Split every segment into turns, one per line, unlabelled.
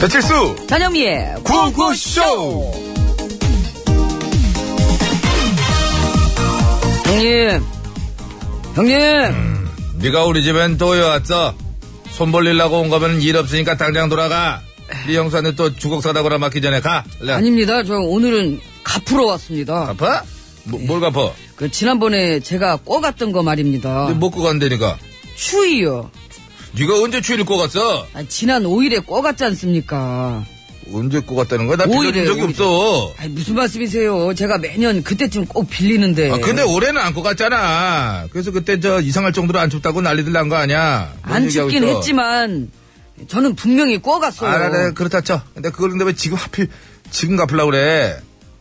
배칠수
전영미의
구구쇼
형님 형님
음. 네가 우리 집엔 또 왜 왔어 손 벌리려고 온 거면 일 없으니까 당장 돌아가 네 형수한테 또 주걱 사다거나 맞기 전에 가 얼른.
아닙니다 저 오늘은 갚으러 왔습니다
네. 갚아? 뭐, 뭘 갚아?
그 지난번에 제가 꼬갔던 거 말입니다
네, 먹고 간다니까
추위요
네가 언제 추위를 꼬갔어?
아, 지난 5일에 꼬갔지 않습니까
언제 꼬갔다는 거야? 나
오히려,
빌려준 적이
오히려.
없어
아니, 무슨 말씀이세요 제가 매년 그때쯤 꼭 빌리는데
아, 근데 올해는 안 꼬갔잖아 그래서 그때 저 이상할 정도로 안 춥다고 난리들 난 거 아니야 뭔
안
얘기하고
춥긴
있어?
했지만 뭐. 저는 분명히 꼬갔어요
알아, 네. 알아, 그렇다 쳐. 근데 그걸 근데 왜 지금 하필 지금 갚으려고 그래?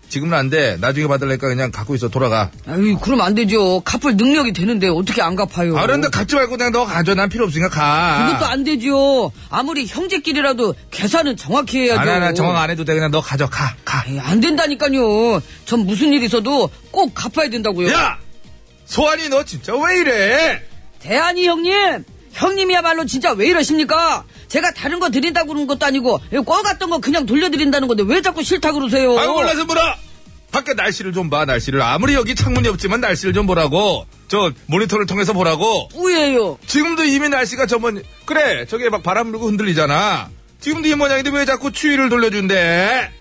지금은 안 돼. 나중에 받을래니까 그냥 갖고 있어. 돌아가.
아유, 그럼 안 되죠. 갚을 능력이 되는데 어떻게 안 갚아요?
아, 그런데 갚지 말고 그냥 너 가져. 난 필요 없으니까 가.
그것도 안 되죠. 아무리 형제끼리라도 계산은 정확히 해야죠.
안 해, 안 해. 아, 네, 정황 안 해도 돼. 그냥 너 가져. 가, 가.
에이, 안 된다니까요. 전 무슨 일 있어도 꼭 갚아야 된다고요.
야! 소환이 너 진짜 왜 이래?
대한이 형님, 형님이야말로 진짜 왜 이러십니까? 제가 다른 거 드린다고 그러는 것도 아니고 꿔갔던 거 그냥 돌려드린다는 건데 왜 자꾸 싫다 그러세요?
아유, 몰라서 물어! 밖에 날씨를 좀 봐, 날씨를. 아무리 여기 창문이 없지만 날씨를 좀 보라고. 저 모니터를 통해서 보라고.
뿌예요.
지금도 이미 날씨가 저번, 그래, 저게 막 바람 불고 흔들리잖아. 지금도 이 모양인데 왜 자꾸 추위를 돌려준대?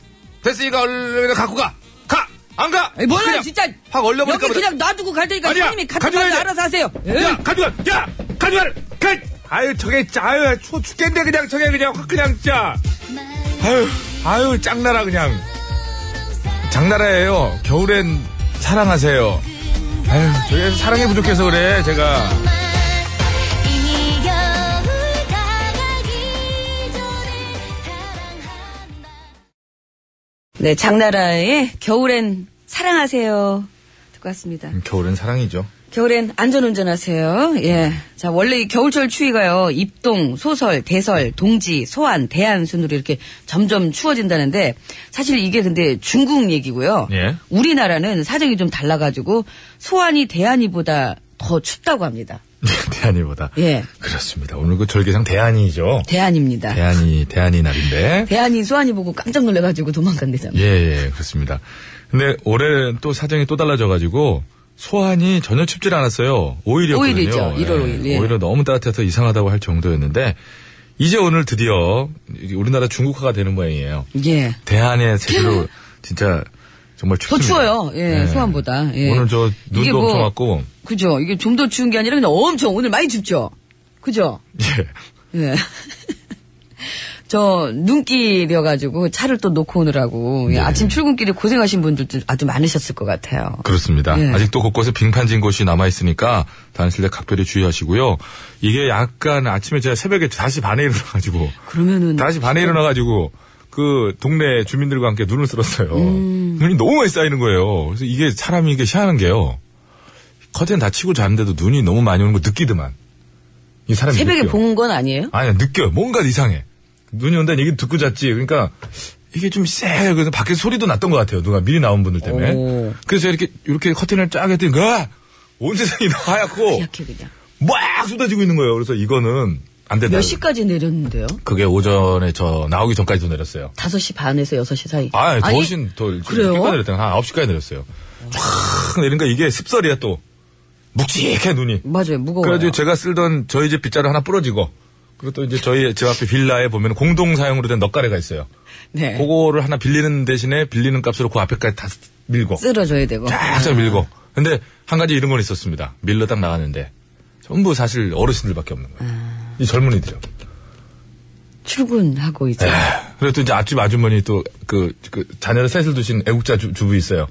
됐으니까 얼른 갖고 가! 가! 안 가!
에이, 몰라요,
그냥
진짜.
확 얼려버릴까
여기 그냥 놔두고 갈 테니까
아니야,
형님이 갚은
가져가야
거
돼.
알아서 하세요.
예?
에이.
야, 가져가! 야! 가져가! 가! 아유, 저게, 짜- 아유, 추워 죽겠네, 그냥, 저게, 그냥, 확, 그냥, 진짜. 아유, 아유, 짱나라, 그냥. 장나라예요. 겨울엔 사랑하세요. 아유, 저게 사랑이 부족해서 그래, 제가.
이 겨울 다가기 전에 사랑한다
네, 장나라의 겨울엔 사랑하세요. 듣고 왔습니다.
음, 겨울엔 사랑이죠.
겨울엔 안전운전 하세요. 예. 자, 원래 이 겨울철 추위가요, 입동, 소설, 대설, 동지, 소안, 대안 순으로 이렇게 점점 추워진다는데, 사실 이게 근데 중국 얘기고요.
예.
우리나라는 사정이 좀 달라가지고, 소안이 대안이보다 더 춥다고 합니다.
네, 대안이보다.
예.
그렇습니다. 오늘 그 절개상 대안이죠.
대안입니다.
대안이, 대안이 날인데.
대안이 소안이 보고 깜짝 놀래가지고 도망간대잖아요.
예, 예, 그렇습니다. 근데 올해 또 사정이 또 달라져가지고 소환이 전혀 춥질 않았어요. 오히려거든요.
오히려죠. 일월 오일, 예.
오히려 너무 따뜻해서 이상하다고 할 정도였는데 이제 오늘 드디어 우리나라 중국화가 되는 모양이에요.
예.
대한의 세계로 진짜 정말
더
춥습니다.
추워요. 예,
예.
소안보다. 예.
오늘 저
이게
눈도
뭐-
엄청 왔고
그죠. 이게 좀 더 추운 게 아니라 그냥 엄청 오늘 많이 춥죠. 그죠.
예.
예. 저 눈길이어가지고 차를 또 놓고 오느라고 예,
네.
아침 출근길에 고생하신 분들도 아주 많으셨을 것 같아요.
그렇습니다.
예.
아직도 곳곳에 빙판진 곳이 남아있으니까 다니실 때 각별히 주의하시고요. 이게 약간 아침에 제가 새벽에 5시 반에 일어나가지고
그러면은
5시 반에 일어나가지고 그 동네 주민들과 함께 눈을 쓸었어요.
음.
눈이 너무 많이 쌓이는 거예요. 그래서 이게 사람이 이게 희한한 게요. 커튼 다 치고 자는데도 눈이 너무 많이 오는 거 느끼더만. 이 사람이
새벽에
느껴.
본 건 아니에요?
아니야 느껴요. 뭔가 이상해. 눈이 온다는 얘기 듣고 잤지. 그러니까 이게 좀 쎄. 그래서 밖에 소리도 났던 것 같아요. 누가 미리 나온 분들 때문에.
오.
그래서 이렇게 이렇게 커튼을 쫙 했더니 으아! 온 세상이 다 하얗고
이렇게 그냥
막 쏟아지고 있는 거예요. 그래서 이거는 안 된다.
몇 시까지 내렸는데요?
그게 오전에 저 나오기 전까지도 내렸어요.
5시 반에서 6시 사이.
아, 더
아니,
훨씬 더
그래요?
늦게까지 내렸다가 한 9시까지 내렸어요. 쫙 내리니까 이게 습설이야 또. 묵직해 눈이.
맞아요. 무거워요.
그래가지고 제가 쓸던 저희 집 빗자루 하나 부러지고 그리고 또 이제 저희 집 앞에 빌라에 보면 공동 사용으로 된 넉가래가 있어요.
네.
그거를 하나 빌리는 대신에 빌리는 값으로 그 앞에까지 다 밀고
쓸어줘야 되고. 네.
쫙쫙 밀고. 근데 한 가지 이런 건 있었습니다. 밀러 딱 나갔는데 전부 사실 어르신들밖에 없는 거예요.
아.
이 젊은이들요.
출근하고 이제
그리고 또 이제 앞집 아주머니 또 그 자녀를 셋을 두신 애국자 주, 부 있어요.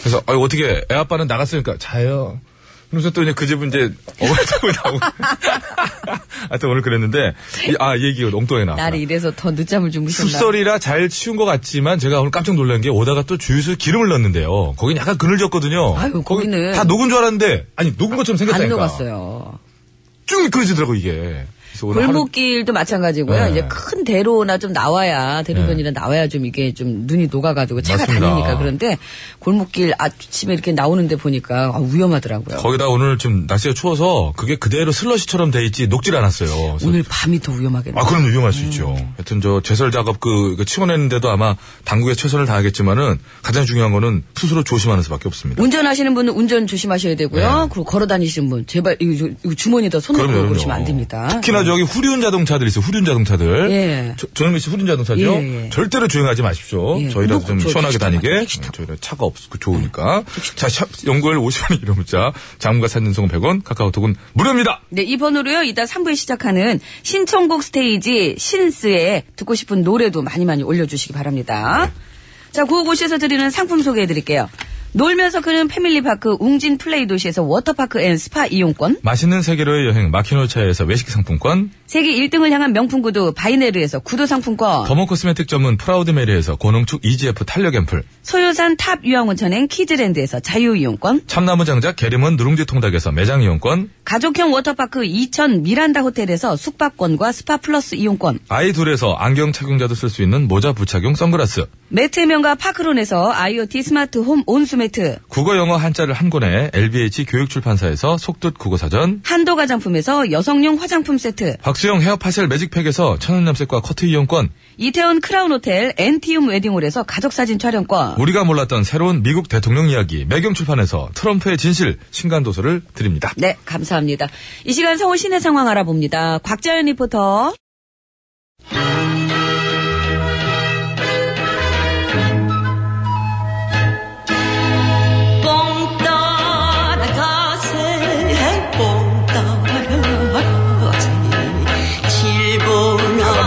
그래서 아유 어떻게 애 아빠는 나갔으니까 자요. 그러면서 또 이제 그 집은 이제 어머니 나오고. 하여튼 오늘 그랬는데 이- 아 얘기가 엉뚱하게 나왔나
날이 이래서 더 늦잠을 주무셨나.
숲설이라 잘 치운 것 같지만 제가 오늘 깜짝 놀란 게 오다가 또 주유소에 기름을 넣었는데요. 거긴 약간 그늘졌거든요.
아유,
거기
거기는.
다 녹은 줄 알았는데 아니 녹은 것처럼
안
생겼다니까.
녹았어요.
쭉 미끄러지더라고 이게. 그래서 오늘 하루-
골목길도 마찬가지고요.
네.
이제 큰 대로나 좀 나와야 대로변이나 나와야 좀 이게 좀 눈이 녹아가지고 차가
맞습니다.
다니니까 그런데 골목길 아침에 이렇게 나오는데 보니까 아, 위험하더라고요.
거기다 오늘 좀 날씨가 추워서 그게 그대로 슬러시처럼 돼 있지 녹질 않았어요. 그래서-
오늘 음. 밤이 더 위험하겠네요.
아, 그럼 위험할 수 있죠. 하여튼 저 제설 작업 그, 그 치워내는데도 아마 당국에 최선을 다하겠지만은 가장 중요한 거는 스스로 조심하는 수밖에
음.
없습니다.
운전하시는 분은 운전 조심하셔야 되고요. 그리고 걸어 다니시는 분 제발 이거, 저- 이거 주머니에다 손 넣고
네. 그럼요, 그럼요.
그러시면 안 됩니다.
특히나 저기 후륜 자동차들 있어요. 후륜 자동차들.
예.
조- 조현미 씨 후륜 자동차죠.
예, 예.
절대로 주행하지 마십시오.
예.
저희라도
그리고
좀
저-
시원하게
택시
다니게. 예,
타면 음, 택시 타고.
저희라 차가 없고 그 좋으니까. 자, 샵 연구일 50원 이름 문자. 장문과 산전송은 100원. 카카오톡은 무료입니다.
네, 이 번호로요. 이따 3부에 시작하는 신청곡 스테이지 신스에 듣고 싶은 노래도 많이 많이 올려주시기 바랍니다. 자, 구호고시에서 드리는 상품 소개해드릴게요. 놀면서 크는 패밀리파크 웅진 플레이 도시에서 워터파크 앤 스파 이용권
맛있는 세계로의 여행 마키노차에서 외식 상품권.
세계 1등을 향한 명품 구두 바이네르에서 구두 상품권
더모 코스메틱 전문 프라우드 메리에서 고농축 EGF 탄력 앰플.
소요산 탑 유황온천행 키즈랜드에서 자유 이용권
참나무 장작 계림은 누룽지 통닭에서 매장 이용권.
가족형 워터파크 이천 미란다 호텔에서 숙박권과 스파 플러스 이용권
아이 둘에서 안경 착용자도 쓸 수 있는 모자 부착용 선글라스.
매트 해명과 파크론에서 IoT 스마트 홈 온수 매트
국어 영어 한자를 한 권에 LBH 교육출판사에서 속뜻 국어사전.
한도 가장품에서 여성용 화장품 세트,
박수영 헤어 파셀 매직팩에서 천연 염색과 커트 이용권.
이태원 크라운 호텔 엔티움 웨딩홀에서 가족사진 촬영권,
우리가 몰랐던 새로운 미국 대통령 이야기 매경출판에서 트럼프의 진실 신간 도서를 드립니다.
네, 감사합니다. 이 시간 서울 시내 상황 알아봅니다. 곽자연 리포터.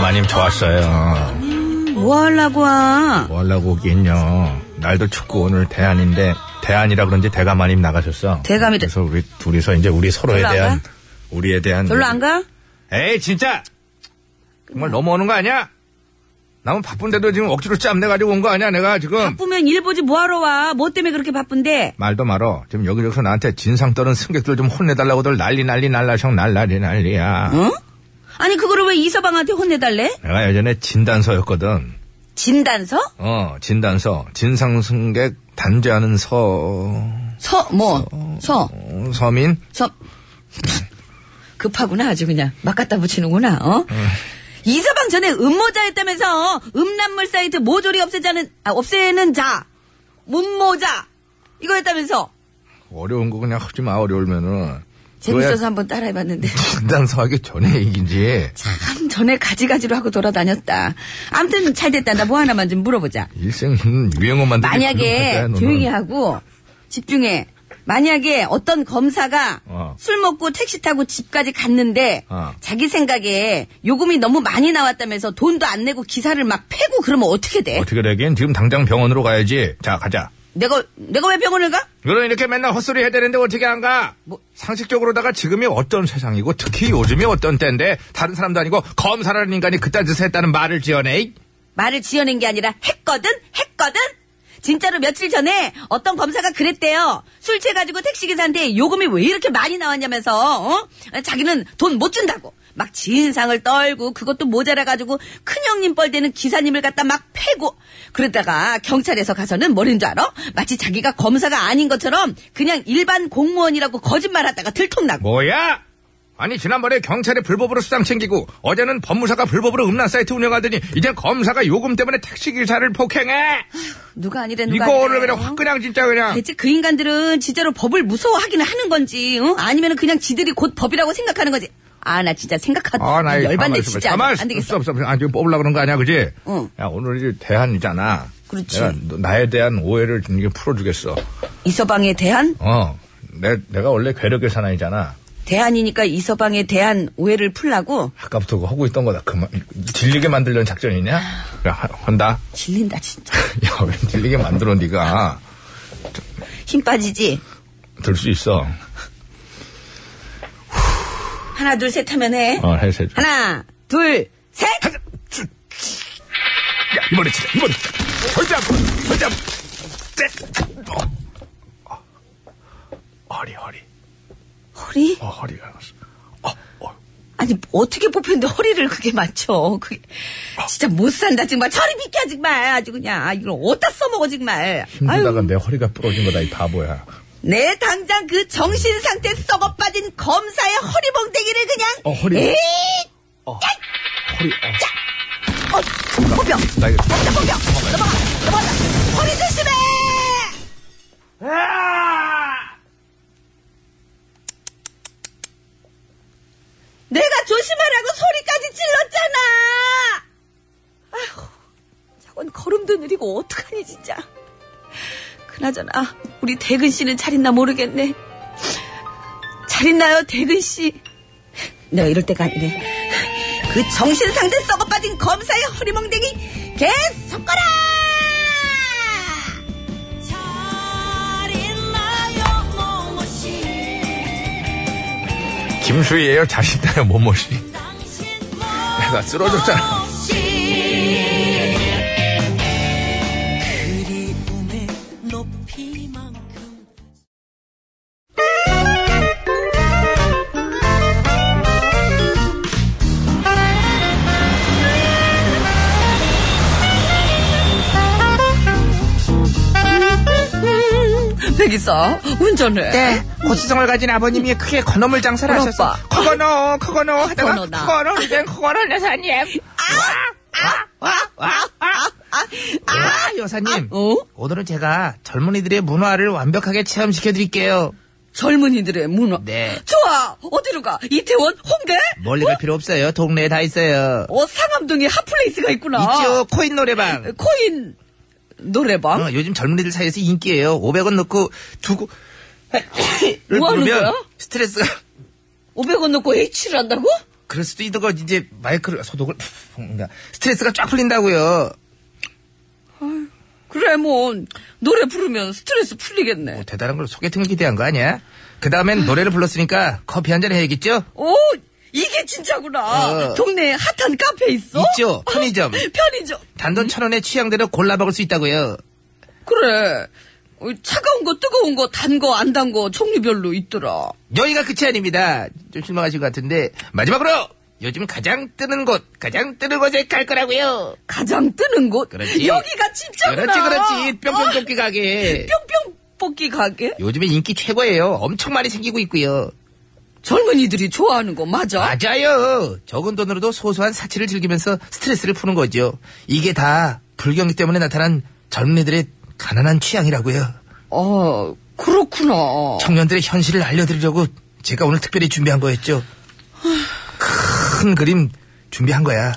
마님 좋았어요.
뭐 하려고 와?
뭐 하려고 오긴요. 날도 춥고 오늘 대안인데 대안이라 그런지 대가 마님 나가셨어.
대감이 돼.
그래서 우리 둘이서 이제 우리 서로에
별로 안
대한
가?
우리에 대한
별로 안 가?
에이 진짜 정말 넘어오는 거 아니야? 남은 바쁜데도 지금 억지로 짬내 가지고 온 거 아니야 내가 지금
바쁘면 일 보지 뭐하러 와? 뭐 때문에 그렇게 바쁜데?
말도 말어 지금 여기저기서 나한테 진상 떠는 승객들 좀 혼내달라고들 난리 난리 날라성 날라리 난리야
어? 아니 그거를 왜 이서방한테 혼내달래?
내가 예전에 진단서였거든
진단서?
어 진단서 진상 승객 단죄하는 서
서, 뭐, 서,
어, 서민
서 급하구나 아주 그냥 막 갖다 붙이는구나 어? 이서방 전에 음모자였다면서 음란물 사이트 모조리 없애자는 아, 없애는 자 문모자 이거였다면서
어려운 거 그냥 하지 마 어려우면은
재밌어서
그거야
한번 따라해봤는데
진단서 하기 전에 얘기지
참 전에 가지가지로 하고 돌아다녔다 암튼 잘됐다 나 뭐 하나만 좀 물어보자
일생 유행어 만들기
만약에
훌륭하다, 너는.
조용히 하고 집중해 만약에 어떤 검사가
어.
술 먹고 택시 타고 집까지 갔는데
어.
자기 생각에 요금이 너무 많이 나왔다면서 돈도 안 내고 기사를 막 패고 그러면 어떻게 돼?
어떻게 되긴 지금 당장 병원으로 가야지. 자 가자.
내가 내가 왜 병원을 가?
그럼 이렇게 맨날 헛소리 해야 되는데 어떻게 안 가?
뭐?
상식적으로다가 지금이 어떤 세상이고 특히 요즘이 어떤 때인데 다른 사람도 아니고 검사라는 인간이 그딴 짓을 했다는 말을 지어내. 이?
말을 지어낸 게 아니라 했거든 했거든 진짜로 며칠 전에 어떤 검사가 그랬대요 술 취해가지고 택시기사한테 요금이 왜 이렇게 많이 나왔냐면서 어? 자기는 돈 못 준다고 막 진상을 떨고 그것도 모자라가지고 큰형님 뻘대는 기사님을 갖다 막 패고 그러다가 경찰에서 가서는 뭐인 줄 알아? 마치 자기가 검사가 아닌 것처럼 그냥 일반 공무원이라고 거짓말하다가 들통나고
뭐야? 아니 지난번에 경찰이 불법으로 수당 챙기고 어제는 법무사가 불법으로 음란 사이트 운영하더니 이제 검사가 요금 때문에 택시 기사를 폭행해.
누가 아니래 누가
이거를
아니래.
그냥 확 그냥 진짜 그냥.
대체 그 인간들은 진짜로 법을 무서워하기는 하는 건지, 응? 아니면 그냥 지들이 곧 법이라고 생각하는 거지. 아, 나 진짜 생각하,
아나 이거
열받네,
가만히 있어봐.
진짜.
가만히
안 되겠어.
있어, 없어 없어. 아 지금 뽑으려 그런 거 아니야 그지?
응.
야 오늘 이제 대안이잖아.
그렇지.
내가 너- 나에 대한 오해를 좀 이게 풀어주겠어.
이서방에 대한,
어. 내, 내가 원래 괴력의 사나이잖아.
대안이니까 이서방에 대한 오해를 풀라고,
아까부터 그거 하고 있던 거다. 그만 질리게 만들려는 작전이냐? 야 하- 한다.
질린다, 진짜.
야 왜 질리게 만들어 네가
힘 빠지지?
들 수 있어.
하나, 둘, 셋 하면 해.
어 해세. 줘
하나, 둘, 셋!
야 이번에 치자. 이번에 치자. 절대 안 풀어. 절대 안 풀어. 네. 어. 어. 허리 허리.
허리?
어 허리가 났어. 어, 어.
아니 어떻게 뽑혔는데 허리를 그게 맞춰? 그게 진짜 못 산다 정말. 저리 비켜 정말. 아주 그냥 아, 이걸 어디다 써먹어 정말.
힘들다가 내 허리가 부러진 거다 이 바보야.
내 당장 그 정신 상태 썩어 빠진 검사의 허리봉대기를 그냥.
어, 허리.
에이,
허리. 어.
어, 뽑혀.
나 이거
뽑혀, 뽑혀. 넘어가, 넘어가. 허리 조심해. 내가 조심하라고 소리까지 질렀잖아. 아휴, 저건 걸음도 느리고 어떡하니 진짜. 그나저나 우리 대근 씨는 잘 있나 모르겠네. 잘 있나요, 대근 씨? 내가 이럴 때가 아니네. 그 정신 상태 썩어 빠진 검사의 허리멍댕이 개 섞어라!
잘 있나요 모모씨
김수희예요. 자신나요 모모씨.
당신
나 쓰러졌잖아.
모모씨 그리움의 높이만큼
백이사, 운전해.
때 고시성을 가진 아버님이 크게 건어물 장사를
건어
하셨어.
오빠.
커건어, 커건어 하다가
커건어다.
커건어 이젠 커건어 여사님. 아, 여사님.
어?
오늘은 제가 젊은이들의 문화를 완벽하게 체험시켜 드릴게요.
젊은이들의 문화.
네.
좋아! 어디로 가? 이태원? 홍대?
멀리 갈 필요 없어요. 동네에 다 있어요.
어, 상암동에 핫플레이스가 있구나.
있죠. 코인 노래방.
코인 노래방?
어, 요즘 젊은이들 사이에서 인기예요. 500원 넣고 두고 를
뭐 하는 거야?
부르면 스트레스가
500원 넣고 H를 한다고?
그럴 수도 있다고 이제 마이크를 소독을 뭔가 스트레스가 쫙 풀린다고요.
그래, 뭐, 노래 부르면 스트레스 풀리겠네.
뭐 대단한 걸 소개팅을 기대한 거 아니야? 그 다음엔 노래를 불렀으니까 커피 한 잔 해야겠죠?
오, 어, 이게 진짜구나.
어.
동네에 핫한 카페 있어?
있죠. 편의점.
편의점.
단돈 천 원에 취향대로 골라 먹을 수 있다고요.
그래. 어, 차가운 거, 뜨거운 거, 단 거, 안 단 거, 종류별로 있더라.
여기가 끝이 아닙니다. 좀 실망하신 것 같은데 마지막으로 요즘 가장 뜨는 곳, 가장 뜨는 곳에 갈 거라고요.
가장 뜨는 곳.
그렇지.
여기가 진짜구나.
그렇지, 그렇지. 뿅뿅
아,
도끼 가게.
뿅뿅 뽑기 가게?
요즘에 인기 최고예요. 엄청 많이 생기고 있고요.
젊은이들이 좋아하는 거 맞아?
맞아요. 적은 돈으로도 소소한 사치를 즐기면서 스트레스를 푸는 거죠. 이게 다 불경기 때문에 나타난 젊은이들의 가난한 취향이라고요.
어, 그렇구나.
청년들의 현실을 알려드리려고 제가 오늘 특별히 준비한 거였죠. 큰 그림 준비한 거야.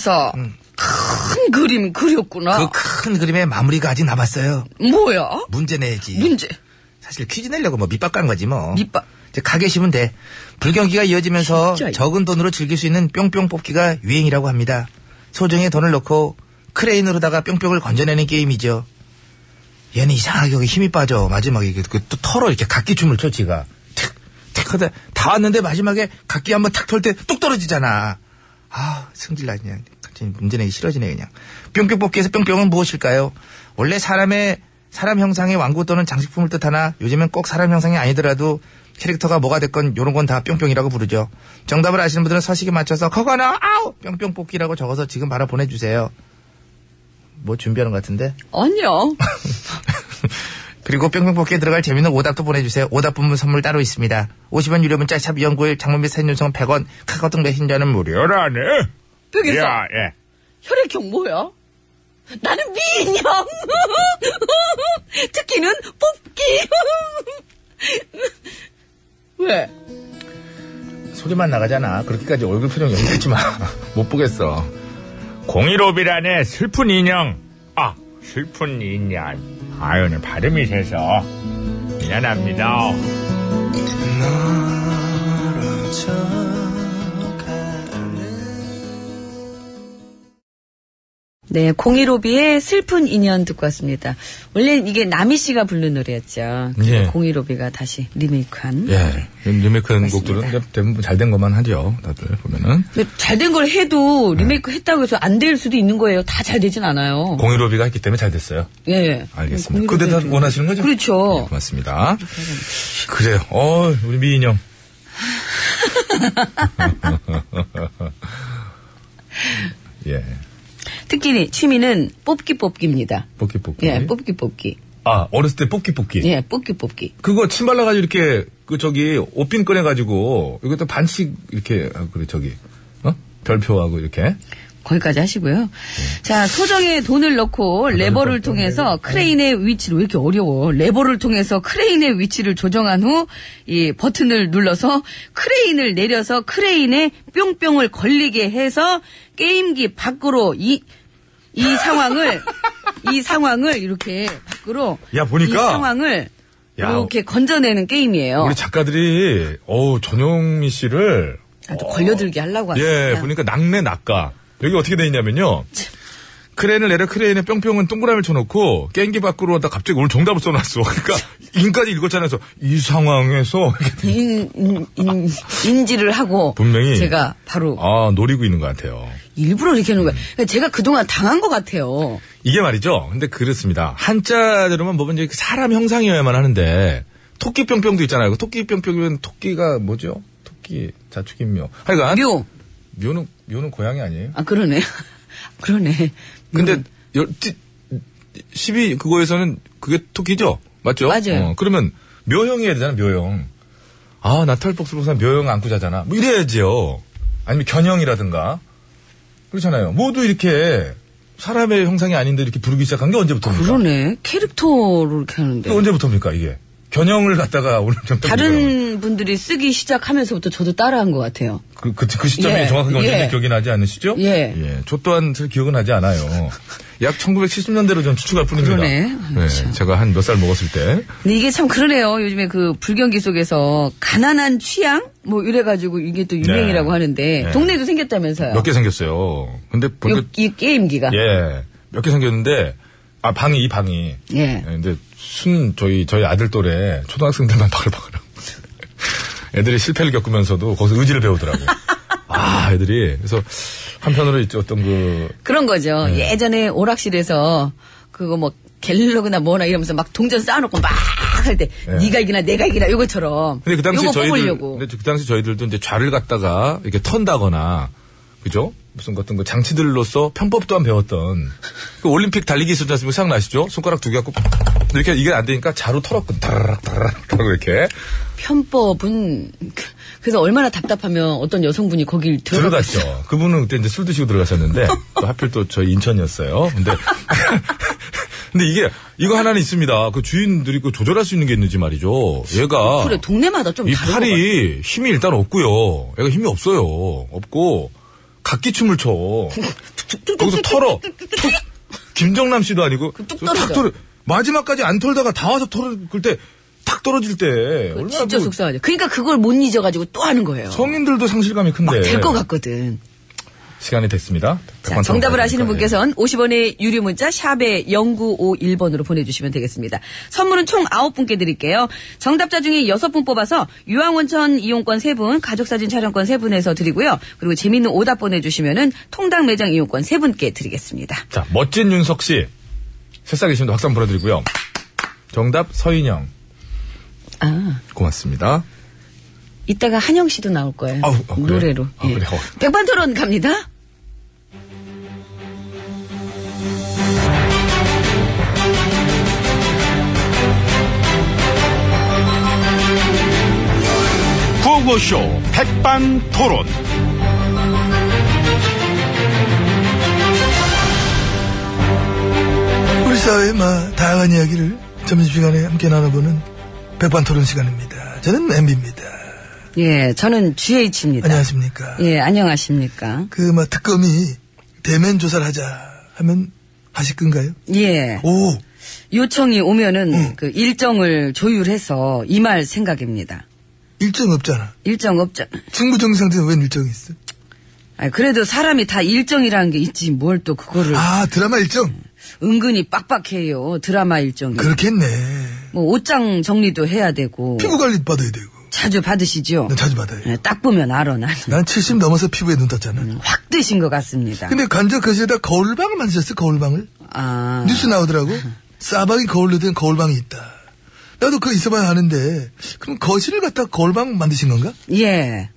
백이사, 큰 그림 그렸구나.
그 큰 그림의 마무리가 아직 남았어요.
뭐야?
문제 내야지.
문제.
사실 퀴즈 내려고 뭐 밑밥 깐 거지 뭐.
밑밥.
이제 가 계시면 돼. 불경기가 이어지면서
진짜.
적은 돈으로 즐길 수 있는 뿅뿅 뽑기가 유행이라고 합니다. 소정의 돈을 넣고 크레인으로다가 뿅뿅을 건져내는 게임이죠. 얘는 이상하게 여기 힘이 빠져. 마지막에 이게 그또 털어 이렇게 각기 춤을 춰 지가. 탁, 탁 하다 다 왔는데 마지막에 각기 한번 탁 털 때 뚝 떨어지잖아. 아 성질나 그냥 갑자기 문제 내기 싫어지네 그냥. 뿅뿅 뽑기에서 뿅뿅은 무엇일까요? 원래 사람의 사람 형상의 완구 또는 장식품을 뜻하나 요즘엔 꼭 사람 형상이 아니더라도 캐릭터가 뭐가 됐건 요런 건 다 뿅뿅이라고 부르죠. 정답을 아시는 분들은 서식에 맞춰서 커거나 아우 뿅뿅 뽑기라고 적어서 지금 바로 보내주세요. 뭐 준비하는 것 같은데?
아니야.
그리고 뿅뿅뽑기에 들어갈 재밌는 오답도 보내주세요. 오답 부문 선물 따로 있습니다. 50원 유료 문자 샵 연구일 장문 및 사진 요청 100원 카카오톡 메신저는 무료라네.
백이사,
야, 예.
혈액형 뭐야? 나는 미인형! 특기는 뽑기! 왜?
소리만 나가잖아. 그렇게까지 얼굴 표정 연기하지 마. 못 보겠어. 공일오비라네 슬픈 인형. 아, 슬픈 인연. 아유, 오늘 발음이 세서. 미안합니다.
네, 015B의 슬픈 인연 듣고 왔습니다. 원래 이게 남희 씨가 부른 노래였죠.
예.
015B가 다시 리메이크한.
예. 리메이크한
맞습니다.
곡들은 대부분 잘 된 것만 하죠. 다들 보면은.
잘 된 걸 해도 리메이크 했다고 해서 안 될 수도 있는 거예요. 다 잘 되진 않아요.
공일오비가 했기 때문에 잘 됐어요.
예.
알겠습니다.
015B
그
가
대답
좀-
원하시는 거죠?
그렇죠.
네, 고맙습니다. 그래요. 어, 우리 미인형. 예.
특히 취미는 뽑기 뽑기입니다.
뽑기 뽑기.
예, 뽑기 뽑기.
아, 어렸을 때 뽑기 뽑기.
예, 뽑기 뽑기.
그거 침 발라가지고 이렇게, 그 저기, 옷핀 꺼내가지고, 이것도 반씩 이렇게, 아, 그래, 저기, 어? 별표하고 이렇게.
거기까지 하시고요. 자, 소정에 돈을 넣고 레버를 통해서 크레인의 위치를 왜 이렇게 어려워? 레버를 통해서 크레인의 위치를 조정한 후 이 버튼을 눌러서 크레인을 내려서 크레인에 뿅뿅을 걸리게 해서 게임기 밖으로 이 이 상황을 이 상황을 이렇게 밖으로
야, 보니까.
이 상황을
야.
이렇게 건져내는 게임이에요.
우리 작가들이, 어우, 전영미 씨를,
아주 걸려들게 하려고 하는
예,
거야.
보니까 낙내 낙가. 여기 어떻게 돼 있냐면요. 크레인을 내려 크레인에 뿅뿅은 동그라미를 쳐놓고 깽기 밖으로 다 갑자기 오늘 정답을 써놨어. 그러니까 인까지 읽었잖아요. 그래서 이 상황에서 이렇게
인, 인, 인, 인지를 하고
분명히
제가 바로
아 노리고 있는 것 같아요.
일부러 이렇게 하는 거예요. 그러니까 제가 그동안 당한 것 같아요.
이게 말이죠. 근데 그렇습니다. 한자대로만 보면 이제 그 사람 형상이어야만 하는데 토끼 뿅뿅도 있잖아요. 그 토끼 뿅뿅이면 토끼가 뭐죠? 토끼 자축인묘. 하여간
묘.
묘는 묘는 고양이 아니에요?
아, 그러네. 그러네.
근데 열, 띠- 12 그거에서는 그게 토끼죠? 맞죠?
맞아요.
어, 그러면 묘형이 해야 되잖아, 묘형. 아, 나 털복스복산 묘형 안고 자잖아. 뭐 이래야지요. 아니면 견형이라든가. 그렇잖아요. 모두 이렇게 사람의 형상이 아닌데 이렇게 부르기 시작한 게 언제부터입니까?
그러네. 캐릭터로 이렇게 하는데.
이게 언제부터입니까, 이게? 견형을 갖다가 오늘 좀
네. 다른 분들이 쓰기 시작하면서부터 저도 따라한 것 같아요.
그, 그, 그 시점이
예,
정확하게 언제인지
예.
기억이 나지 않으시죠?
예.
저 또한 잘 기억은 나지 않아요. 약 1970년대로 전 추측할 뿐입니다.
그러네. 아,
네,
참.
제가 한 몇 살 먹었을 때.
근데 이게 참 그러네요. 요즘에 그 불경기 속에서 가난한 취향? 뭐 이래가지고 이게 또 유행이라고
네.
하는데
네.
동네도 생겼다면서요.
몇 개 생겼어요. 근데 보니까,
요- 이 게임기가.
예, 몇 개 생겼는데, 아, 방이, 이 방이.
예.
근데 순, 저희, 저희 아들 또래 초등학생들만 바글바글 하고. 애들이 실패를 겪으면서도 거기서 의지를 배우더라고. 아, 애들이. 그래서 한편으로 이제 어떤 그,
그런 거죠. 예전에 오락실에서 그거 뭐 갤러그나 뭐나 이러면서 막 동전 쌓아놓고 막 할 때
예.
네가 이기나 내가 이기나 요거처럼
근데 그 당시
요거
저희들,
뽑으려고
근데 그 당시 저희들도 이제 좌를 갖다가 이렇게 턴다거나, 그죠? 무슨 어떤 그 장치들로서 편법 또한 배웠던 그 올림픽 달리기 있었지 않습니까? 생각나시죠? 손가락 두 개 갖고 이렇게 이게 안 되니까 자로 털었군. 다라락 다라락 하고 이렇게
편법은 그- 그래서 얼마나 답답하면 어떤 여성분이 거길 들어가
들어갔죠. 그분은 그때 이제 술 드시고 들어가셨는데 또 하필 또 저희 인천이었어요. 근데 근데 이게 이거 하나는 있습니다. 그 주인들이 그 조절할 수 있는 게 있는지 말이죠. 얘가
그래 동네마다 좀
이
다른 것 같아요.
팔이 힘이 일단 없고요. 얘가 힘이 없어요. 없고 각기춤을 춰. 거기서 털어. 툭. 김정남 씨도 아니고
뚝
저
떨어져.
탁 털어. 마지막까지 안 털다가 다 와서 털을 때탁 떨어질 때 얼마나
진짜
그
속상하죠. 그러니까 그걸 못 잊어가지고 또 하는 거예요.
성인들도 상실감이 큰데
될 것 같거든.
시간이 됐습니다.
자, 정답을
예.
아시는 분께서는 50원의 유료 문자 샵에 0951번으로 보내주시면 되겠습니다. 선물은 총 9분께 드릴게요. 정답자 중에 6분 뽑아서 유황원천 이용권 3분, 가족사진 촬영권 3분에서 드리고요. 그리고 재미있는 오답 보내주시면 통당 매장 이용권 3분께 드리겠습니다.
자, 멋진 윤석 씨. 새싹이신도 확산 보내드리고요. 정답 서인영.
아,
고맙습니다.
이따가 한영 씨도 나올 거예요.
아우, 아, 그래요?
노래로.
아,
예.
그래요?
백반토론 갑니다.
구호쇼 백반 토론.
우리 사회의 마, 다양한 이야기를 점심시간에 함께 나눠보는 백반토론 시간입니다. 저는 MB입니다.
예, 저는 GH입니다.
안녕하십니까.
예, 안녕하십니까.
그, 막, 특검이 대면 조사를 하자 하면 하실 건가요?
예.
오!
요청이 오면은
음.
그 일정을 조율해서 임할 생각입니다.
일정 없잖아.
일정 없죠.
중부정상태는 웬 일정이 있어?
아 그래도 사람이 다 일정이라는 게 있지 뭘 또 그거를
아, 드라마 일정?
은근히 빡빡해요 드라마 일정이.
그렇겠네.
뭐 옷장 정리도 해야 되고
피부 네. 관리 받아야 되고.
자주 받으시죠.
난 자주 받아요.
예, 딱 보면 알아 나는
난 70 넘어서 피부에 눈 떴잖아.
확 드신 것 같습니다.
네. 근데 간접 거실에다 거울방을 만드셨어, 거울방을.
아
뉴스 나오더라고. 싸방이 거울로 된 거울방이 있다. 나도 그거 있어봐야 하는데, 그럼 거실을 갖다 거울방 만드신 건가?
예.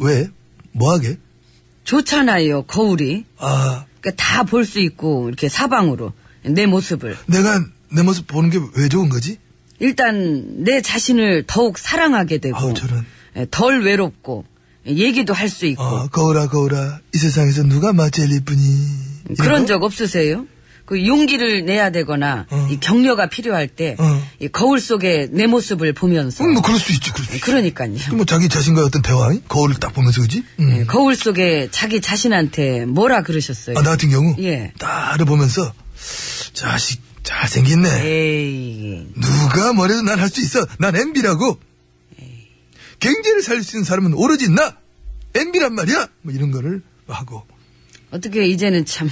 왜? 뭐하게?
좋잖아요, 거울이. 그러니까
아,
다 볼 수 있고, 이렇게 사방으로. 내 모습을.
내가 내 모습 보는 게 왜 좋은 거지?
일단, 내 자신을 더욱 사랑하게 되고.
아우, 저런.
예, 덜 외롭고, 얘기도 할 수 있고.
아, 거울아, 거울아. 이 세상에서 누가 마 제일 이쁘니? 예? 이런
그런
거?
적 없으세요? 그 용기를 내야 되거나,
어.
이 격려가 필요할 때,
어.
이 거울 속에 내 모습을 보면서. 예,
응, 뭐, 그럴 수 있지, 그럴 수 있지.
그러니까요.
뭐, 자기 자신과의 어떤 대화, 이 거울을 딱 보면서, 그지? 응.
예, 거울 속에 자기 자신한테 뭐라 그러셨어요?
아, 나 같은 경우?
예.
딸을 보면서, 자식,
예.
잘생겼네.
에이,
누가 뭐래도 난 할 수 있어. 난 MB라고. 경제를 살릴 수 있는 사람은 오로지 나! MB란 말이야! 뭐, 이런 거를 하고.
어떻게 이제는 참,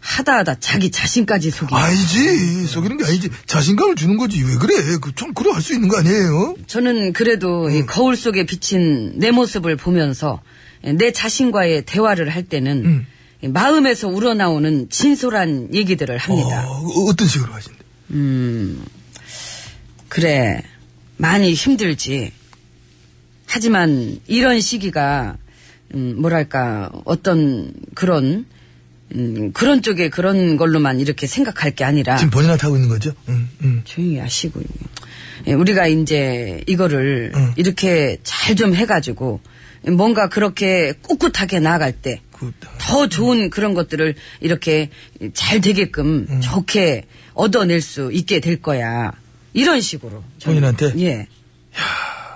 하다 하다 자기 자신까지 속이. 예.
아니지. 속이는 게 아니지. 자신감을 주는 거지. 왜 그래? 그, 좀, 그래, 할 수 있는 거 아니에요?
저는 그래도
음.
이 거울 속에 비친 내 모습을 보면서 내 자신과의 대화를 할 때는
음.
이 마음에서 우러나오는 진솔한 얘기들을 합니다. 음.
어, 어, 어떤 식으로 하신대?
그래, 많이 힘들지. 하지만 이런 시기가, 음, 뭐랄까, 어떤 그런, 음, 그런 쪽에 그런 걸로만 이렇게 생각할 게 아니라.
지금 본인한테 하고 있는 거죠? 음, 응, 응.
조용히 하시고. 예, 우리가 이제 이거를
응.
이렇게 잘 좀 해가지고 뭔가 그렇게 꿋꿋하게 나아갈 때 더
그,
좋은 그런 것들을 이렇게 잘 되게끔
음.
좋게 얻어낼 수 있게 될 거야. 이런 식으로. 저는.
본인한테?
예.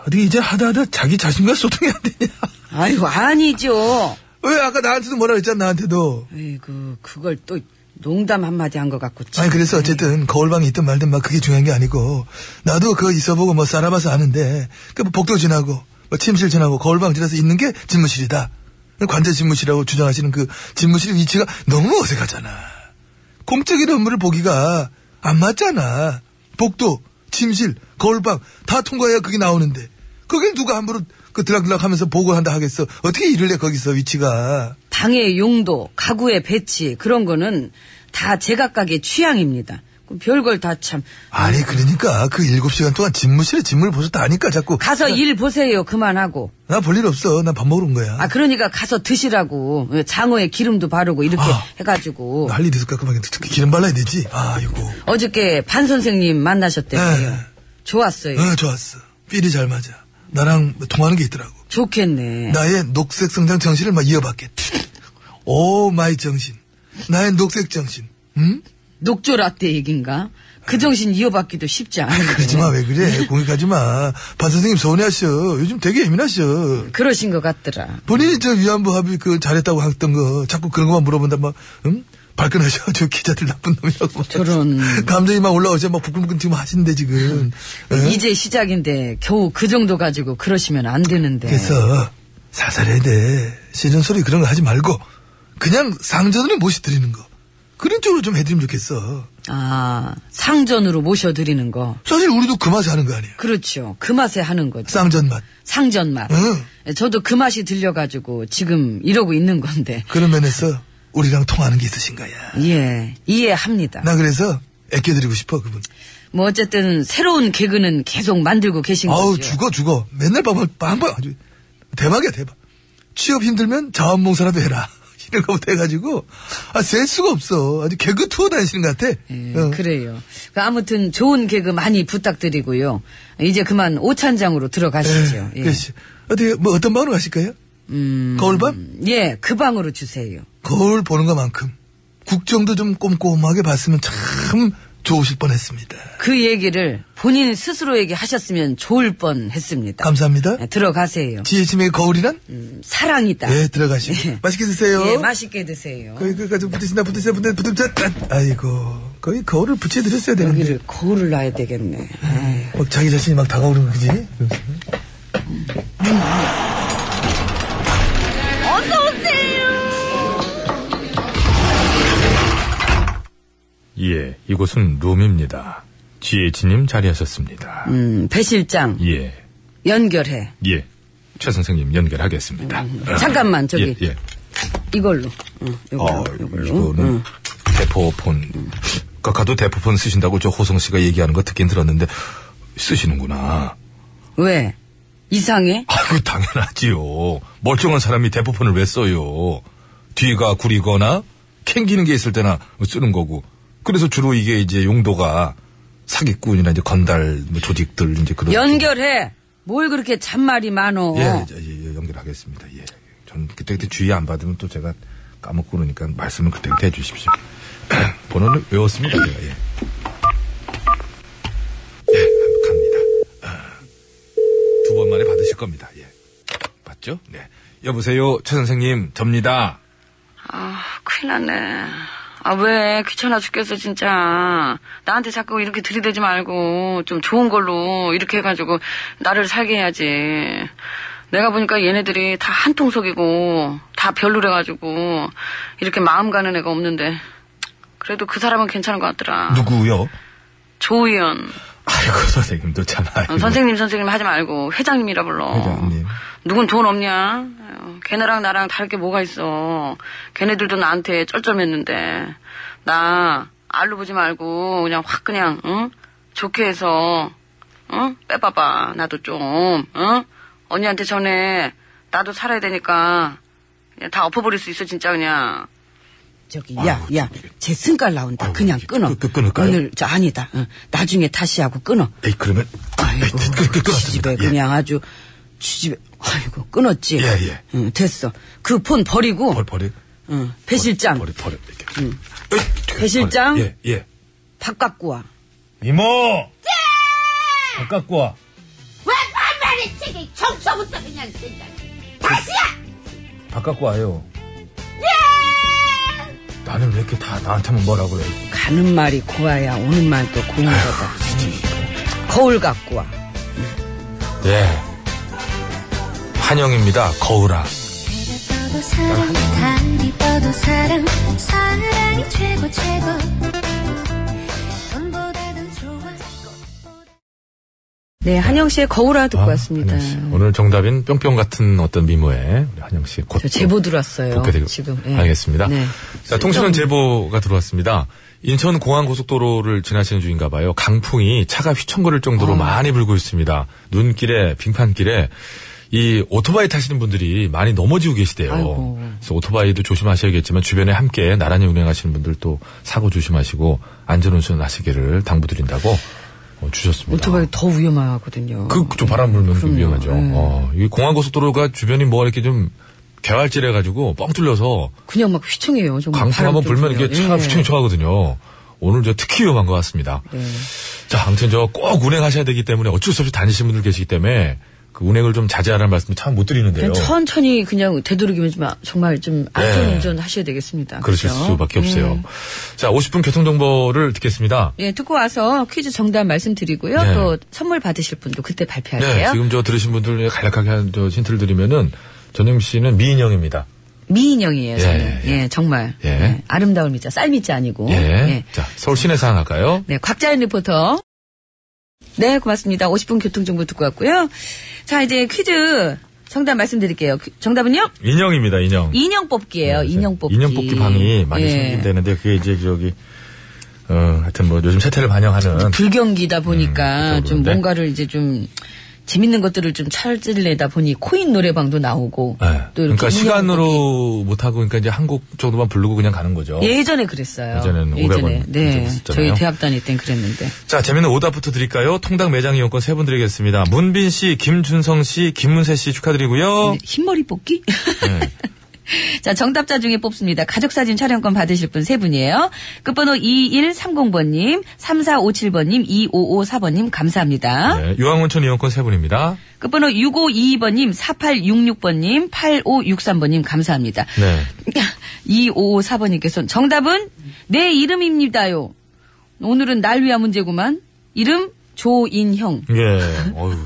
어떻게 이제 하다 하다 자기 자신과 소통이 안 되냐?
아이고, 아니죠.
왜 아까 나한테도 뭐라 그랬잖아, 나한테도.
아이고, 그걸 또 농담 한마디 한 것 같고. 참.
아니, 그래서 어쨌든 거울방에 있든 말든 막 그게 중요한 게 아니고, 나도 그거 있어보고 뭐 살아봐서 아는데, 그 뭐 복도 지나고, 뭐 침실 지나고, 거울방 지나서 있는 게 집무실이다. 관제 집무실이라고 주장하시는 그 집무실 위치가 너무 어색하잖아. 공적인 업무를 보기가 안 맞잖아. 복도, 침실, 거울방 다 통과해야 그게 나오는데, 그게 누가 함부로 그 드락드락 하면서 보고한다 하겠어. 어떻게 일을 해, 거기서 위치가.
방의 용도, 가구의 배치 그런 거는 다 제각각의 취향입니다. 그럼 별걸 다 참
아니 그러니까 그 일곱 시간 동안 집무실에 집무를 보셨다니까 자꾸
가서 일 보세요 그만하고
나 볼 일 없어 난 밥 먹으러 온 거야
아 그러니까 가서 드시라고 장어에 기름도 바르고 이렇게
아.
해가지고
할 일이 있을 깔끔하게 특히 기름 발라야 되지 아이고
어저께 반 선생님 만나셨대요.
네.
좋았어요.
어, 좋았어 필이 잘 맞아 나랑 뭐 통하는 게 있더라고
좋겠네.
나의 녹색 성장 정신을 막 이어받게 오 마이 정신 나의 녹색 정신 응?
녹조 라떼 얘긴가? 그 정신 이어받기도 쉽지 않은데.
그러지 마 왜 그래 공격하지 마반 선생님 서운해하셔 요즘 되게 예민하셔
그러신 것 같더라.
본인이 저 위안부 합의 그 잘했다고 했던 거 자꾸 그런 것만 물어본다 막 응? 발끈하셔가지고 기자들 나쁜 놈이라고 막
저런.
감정이 막 올라오죠 막 부끈부끈 지금 하신데 지금 응?
이제 시작인데 겨우 그 정도 가지고 그러시면 안 되는데.
그래서 사살해야 돼 싫은 소리 그런 거 하지 말고 그냥 상전을 모시 드리는 거 그런 쪽으로 좀 해드리면 좋겠어
아, 상전으로 모셔드리는 거.
사실 우리도 그 맛에 하는 거 아니야
그렇죠. 그 맛에 하는 거죠.
쌍전 맛
상전 맛.
응.
저도 그 맛이 들려가지고 지금 이러고 있는 건데.
그런 면에서 우리랑 통하는 게 있으신가야 네.
예, 이해합니다.
나 그래서 애껴드리고 싶어 그분
뭐 어쨌든 새로운 개그는 계속 만들고 계신
아우
거죠.
죽어 죽어 맨날 밤을 밤밤 아주 대박이야 대박 취업 힘들면 자원봉사라도 해라 이런 거부터 해가지고 아셀 수가 없어 아주 개그 투어 다니시는 것 같아
예,
어.
그래요. 그 아무튼 좋은 개그 많이 부탁드리고요. 이제 그만 오찬장으로 들어가시죠.
예,
예. 음.
그렇지 어떻게 뭐 어떤 방으로 가실까요? 거울밤
예, 그 방으로 주세요.
거울 보는 것만큼 국정도 좀 꼼꼼하게 봤으면 참 좋으실 뻔했습니다
그 얘기를 본인 스스로에게 하셨으면 좋을 뻔 했습니다.
감사합니다
예, 들어가세요.
지혜심의 거울이란
사랑이다.
예 들어가시고 맛있게 드세요
예, 맛있게 드세요.
거의 그까지 붙으신다 붙으세요 붙으세요 붙으세요 아이고 거의 거울을 붙여드렸어야 되는데
여기를 거울을 놔야 되겠네. 아유,
막 어, 자기 자신이 막 다가오는 거지?
예, 이곳은 룸입니다. GH님 자리하셨습니다.
음, 배 실장
예,
연결해.
예. 최 선생님 연결하겠습니다.
아,
어.
음, 잠깐만, 저기. 어,
예, 예.
이걸로. 응,
아,
요걸로. 요걸로.
이거는 대포폰. 가도 대포폰 쓰신다고 저 호성 씨가 얘기하는 거 듣긴 들었는데 쓰시는구나.
왜? 이상해?
아이고, 당연하지요. 멀쩡한 사람이 대포폰을 왜 써요? 뒤가 구리거나 캥기는 게 있을 때나 쓰는 거고. 그래서 주로 이게 이제 용도가 사기꾼이나 이제 건달 뭐 조직들 이제 그런.
연결해. 뭘 그렇게 잔말이 많어.
예, 저, 예, 예, 연결하겠습니다. 예. 전 그때그때 주의 안 받으면 또 제가 까먹고 그러니까 말씀을 그때그때 해주십시오. 번호는 외웠습니다, 제가. 예. 예, 갑니다. 아, 두 번만에 받으실 겁니다. 예. 맞죠? 네. 여보세요, 최 선생님, 접니다.
아, 큰일 났네. 아, 왜? 귀찮아 죽겠어, 진짜. 나한테 자꾸 이렇게 들이대지 말고, 좀 좋은 걸로, 이렇게 해가지고, 나를 살게 해야지. 내가 보니까 얘네들이 다 한통 속이고, 다 별로래가지고, 이렇게 마음 가는 애가 없는데. 그래도 그 사람은 괜찮은 것 같더라.
누구요?
조의연.
아이고, 선생님도 참. 아이고.
어, 선생님, 선생님 하지 말고, 회장님이라 불러.
회장님.
누군 돈 없냐? 아유, 걔네랑 나랑 다를 게 뭐가 있어. 걔네들도 나한테 쩔쩔맸는데. 나, 알로 보지 말고, 그냥 확 그냥, 응? 좋게 해서, 응? 빼봐봐. 나도 좀, 응? 언니한테 전에, 나도 살아야 되니까, 그냥 다 엎어버릴 수 있어, 진짜 그냥.
저기 야, 야, 제 승깔 나온다.
아이고,
그냥
이게
끊어.
끊- 끊- 끊을까요?
오늘 저 아니다. 응. 나중에 다시 하고 끊어.
에이, 그러면.
아이고,
에이, 끊- 끊- 끊었습니다.
취집에
예.
그냥 아주 취집에 아이고 끊었지.
예, 예.
응, 됐어. 그 폰 버리고
벌, 벌이.
응, 배 실장 음.
벌이, 벌이. 이렇게. 에이,
배 실장?
예, 예.
밥 갖고 와.
이모! 밥 갖고 와.
왜 반말이 책이 청소부터 그냥 된다. 다시야!
밥 갖고 와요. 나는 왜 이렇게 다 나한테만 뭐라 그래.
가는 말이 고와야 오는 말도 고운 거다. 거울 갖고 와.
예. 한영입니다. 거울아.
떠도 사랑 달이 떠도 사랑 사랑이 최고 최고 돈보다는 좋아
네, 한영 씨의 거울아 듣고
아,
왔습니다.
한영 씨. 오늘 정답인 뿅뿅 같은 어떤 미모에 우리 한영 씨 곧.
저 제보 들어왔어요.
복귀 되고-
지금. 예.
알겠습니다. 아.
네.
자, 통신원 제보가 들어왔습니다. 인천 공항 고속도로를 지나시는 중인가 봐요. 강풍이 차가 휘청거릴
아.
정도로 많이 불고 있습니다. 눈길에 빙판길에 이 오토바이 타시는 분들이 많이 넘어지고 계시대요.
아이고.
그래서 오토바이도 조심하셔야겠지만 주변에 함께 나란히 운행하시는 분들 또 사고 조심하시고 안전운전 하시기를 당부드린다고 어, 주셨습니다.
오토바이 더 위험하거든요.
그, 좀 바람 불면 좀
그럼요.
위험하죠.
네.
어, 이 공항고속도로가 주변이 뭐 이렇게 좀 개활질해가지고 뻥 뚫려서
그냥 막 휘청해요. 정말
강풍
음, 바람
한번
좀
불면 이게
불면.
차가
예.
휘청이 쳐가거든요. 오늘 저 특히 위험한 것 같습니다.
네.
자, 아무튼 저 꼭 운행하셔야 되기 때문에 어쩔 수 없이 다니시는 분들 계시기 때문에 그 운행을 좀 자제하라는 말씀 참 못 드리는데요.
그냥 천천히 그냥 되도록이면 좀 아- 정말 좀 안전운전 하셔야 되겠습니다.
예. 그러실
그죠?
수밖에 없어요.
예.
자, 50분 교통정보를 듣겠습니다.
예, 듣고 와서 퀴즈 정답 말씀드리고요.
네.
또 선물 받으실 분도 그때
네,
발표할게요.
지금 저 들으신 분들 중에 간략하게 한저 힌트를 드리면은 전영 씨는 미인형입니다.
미인형이에요.
예,
저는.
예.
예, 정말
예.
예, 아름다울 미자, 쌀 미자 아니고.
예.
예.
자, 서울 시내 상황 할까요?
네, 곽자연 리포터. 네, 고맙습니다. 50분 교통정보 듣고 왔고요. 자, 이제 퀴즈 정답 말씀드릴게요. 퀴- 정답은요?
인형입니다, 인형.
인형 뽑기예요. 인형 뽑기.
네, 인형 뽑기 방이 많이
예.
생긴다는데 그게 이제 저기 어 하여튼 뭐 요즘 세태를 반영하는
불경기다 보니까
음, 그쵸,
좀
그런데?
뭔가를 이제 좀 재밌는 것들을 좀 찰질내다 보니 코인 노래방도 나오고
예.
또 이렇게
그러니까
인형
시간으로 못 하고 그러니까 이제 한 곡 정도만 부르고 그냥 가는 거죠.
뽑기. 예전에 그랬어요.
예전에는 500원
네.
있었잖아요.
저희 대학 다닐 땐 그랬는데.
자, 재밌는 오답부터 드릴까요? 통당 매장 이용권 세 분 드리겠습니다. 문빈 씨, 김준성 씨, 김문세 씨 축하드리고요.
흰머리 뽑기?
어. 네.
자, 정답자 중에 뽑습니다. 가족사진 촬영권 받으실 분 세 분이에요. 끝번호 2130번님, 3457번님, 2554번님, 감사합니다.
네, 유황온천 이용권 세 분입니다.
끝번호 6522번님, 4866번님, 8563번님, 감사합니다.
네.
2554번님께서는 정답은 내 이름입니다요. 오늘은 날 위한 문제구만. 이름 조인형.
예. 어휴.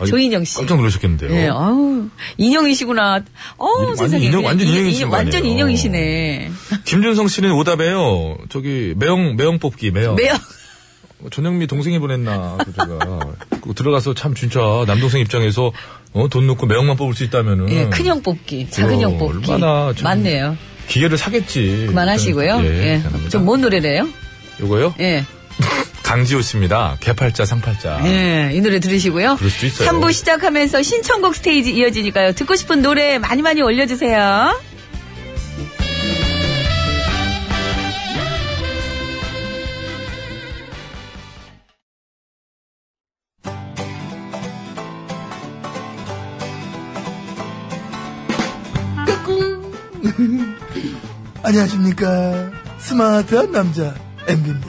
아유,
조인영 씨.
깜짝 놀라셨겠는데요.
예, 아우, 인형이시구나. 어우,
완전
세상에.
인형,
그냥
완전
인형,
인형이신
인형,
거
완전
아니에요.
인형이시네.
김준성 씨는 오답에요. 저기 매형 매형 뽑기 매형.
매형.
전영미 동생이 보냈나 그 제가 그거 들어가서 참 진짜 남동생 입장에서 어, 돈 넣고 매형만 뽑을 수 있다면은
예, 큰형 뽑기, 작은형
어,
뽑기.
음. 얼마나 참-
맞네요.
기회를 사겠지.
그만하시고요.
예.
예.
대단합니다.
좀 뭔 노래래요?
요거요?
예.
강지호 씨입니다. 개팔자, 상팔자.
네.
예, 이 노래 들으시고요.
아. 그럴 수도 있어요.
3부 시작하면서 신청곡 스테이지 이어지니까요. 듣고 싶은 노래 많이 많이 올려주세요.
안녕하십니까. 스마트한 남자, MB입니다.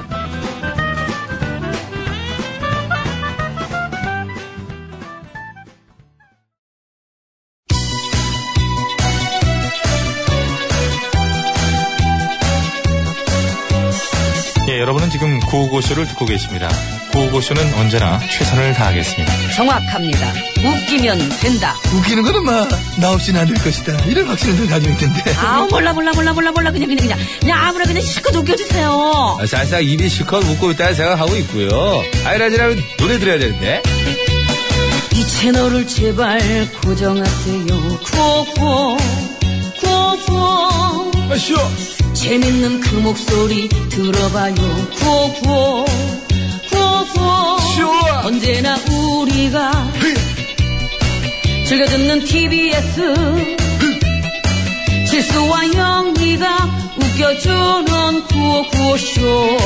예, 여러분은 지금 구호고쇼를 듣고 계십니다. 구호고쇼는 언제나 최선을 다하겠습니다.
정확합니다. 웃기면 된다.
웃기는 거는 마 나 없이는 안 될 것이다. 이런 확신을 늘 가지고 있던데.
아 몰라 몰라 몰라 몰라 몰라 그냥 그냥 그냥 그냥 아무나 그냥 실컷 웃겨주세요.
사실상 아, 입이 실컷 웃고 있다는 생각하고 있고요. 아이라지라면 노래 들어야 되는데.
이 채널을 제발 고정하세요. 구호구호 구호구호
아, 쉬워.
재밌는 그 목소리 들어봐요. 구호구호 구호구호
쉬워.
언제나 우리가 즐겨 듣는 TBS 실수와 영리가 웃겨주는 구호구호쇼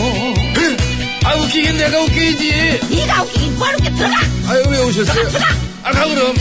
아, 웃기긴 내가 웃기지.
네가 웃기긴 뭘 웃겨 들어가
아유, 왜 오셨어요? 아, 가, 그럼.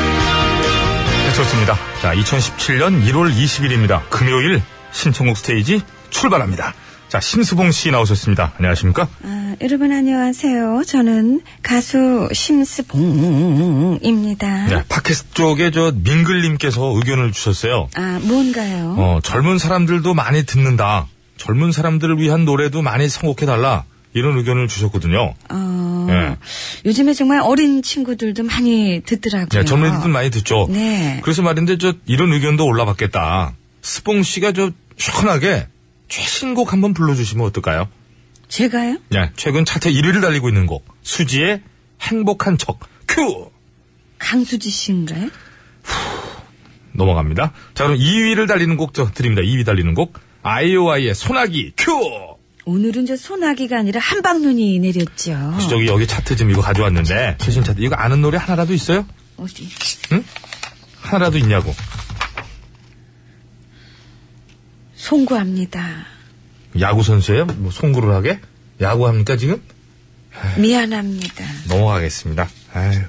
네, 좋습니다. 자, 2017년 1월 20일입니다. 금요일 신청곡 스테이지 출발합니다. 자, 심수봉 씨 나오셨습니다. 안녕하십니까?
아, 여러분 안녕하세요. 저는 가수 심스봉입니다.
네, 팟캐스트 쪽에 저 민글님께서 의견을 주셨어요.
아, 뭔가요?
어, 젊은 사람들도 많이 듣는다. 젊은 사람들을 위한 노래도 많이 선곡해달라. 이런 의견을 주셨거든요.
어,
예.
요즘에 정말 어린 친구들도 많이 듣더라고요.
네, 젊은이들도 많이 듣죠.
네.
그래서 말인데 저 이런 의견도 올라봤겠다. 스봉 씨가 저 시원하게 최신곡 한번 불러주시면 어떨까요?
제가요?
네, 최근 차트 1위를 달리고 있는 곡 수지의 행복한 척 큐!
강수지 씨인가요?
넘어갑니다. 자 그럼 2위를 달리는 곡 저 드립니다. 2위 달리는 곡 아이오아이의 소나기
어.
큐!
오늘은 저 소나기가 아니라 한방눈이 내렸죠.
혹시 저기 여기 차트 좀 이거 가져왔는데 최신 차트 이거 아는 노래 하나라도 있어요?
어디?
하나라도 있냐고.
송구합니다.
야구 선수예요? 뭐 송구를 하게? 야구합니까 지금?
미안합니다.
넘어가겠습니다. 아유.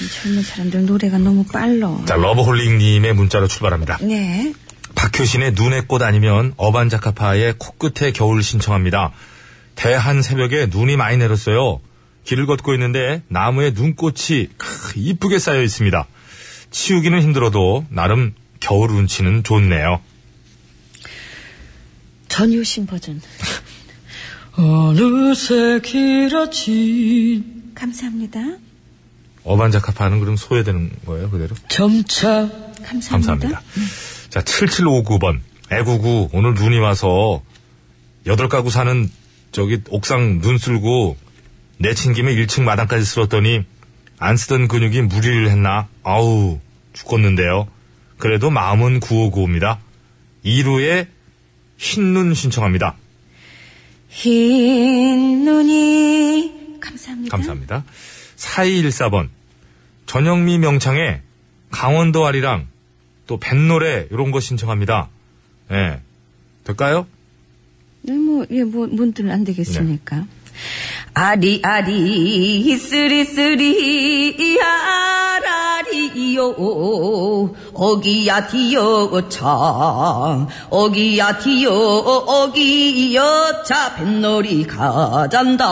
이 젊은 사람들 노래가 너무 빨라.
자 러브홀릭님의 문자로 출발합니다.
네.
박효신의 눈의 꽃 아니면 어반자카파의 코끝의 겨울 신청합니다. 대한 새벽에 눈이 많이 내렸어요. 길을 걷고 있는데 나무에 눈꽃이 크, 이쁘게 쌓여 있습니다. 치우기는 힘들어도 나름 겨울 운치는 좋네요.
전효신 버전.
어느새 길어진
감사합니다.
어반자카파는 그럼 소외되는 거예요 그대로?
점차
감사합니다.
감사합니다. 자 7759번 애구구 오늘 눈이 와서 여덟 가구 사는 저기 옥상 눈 쓸고 내친 김에 1층 마당까지 쓸었더니 안 쓰던 근육이 무리를 했나 아우 죽었는데요. 그래도 마음은 959입니다. 2루에 흰눈 신청합니다.
흰 눈이 감사합니다.
감사합니다. 4214번. 전영미 명창의 강원도 아리랑 또 뱃노래 이런 거 신청합니다. 예. 될까요?
네, 뭐, 예, 뭐, 문들은 안 되겠습니까?
네. 아리 아리 쓰리 쓰리 아라리요 어기야 디여차 어기야 디여 어기여 차 뱃놀이 가잔다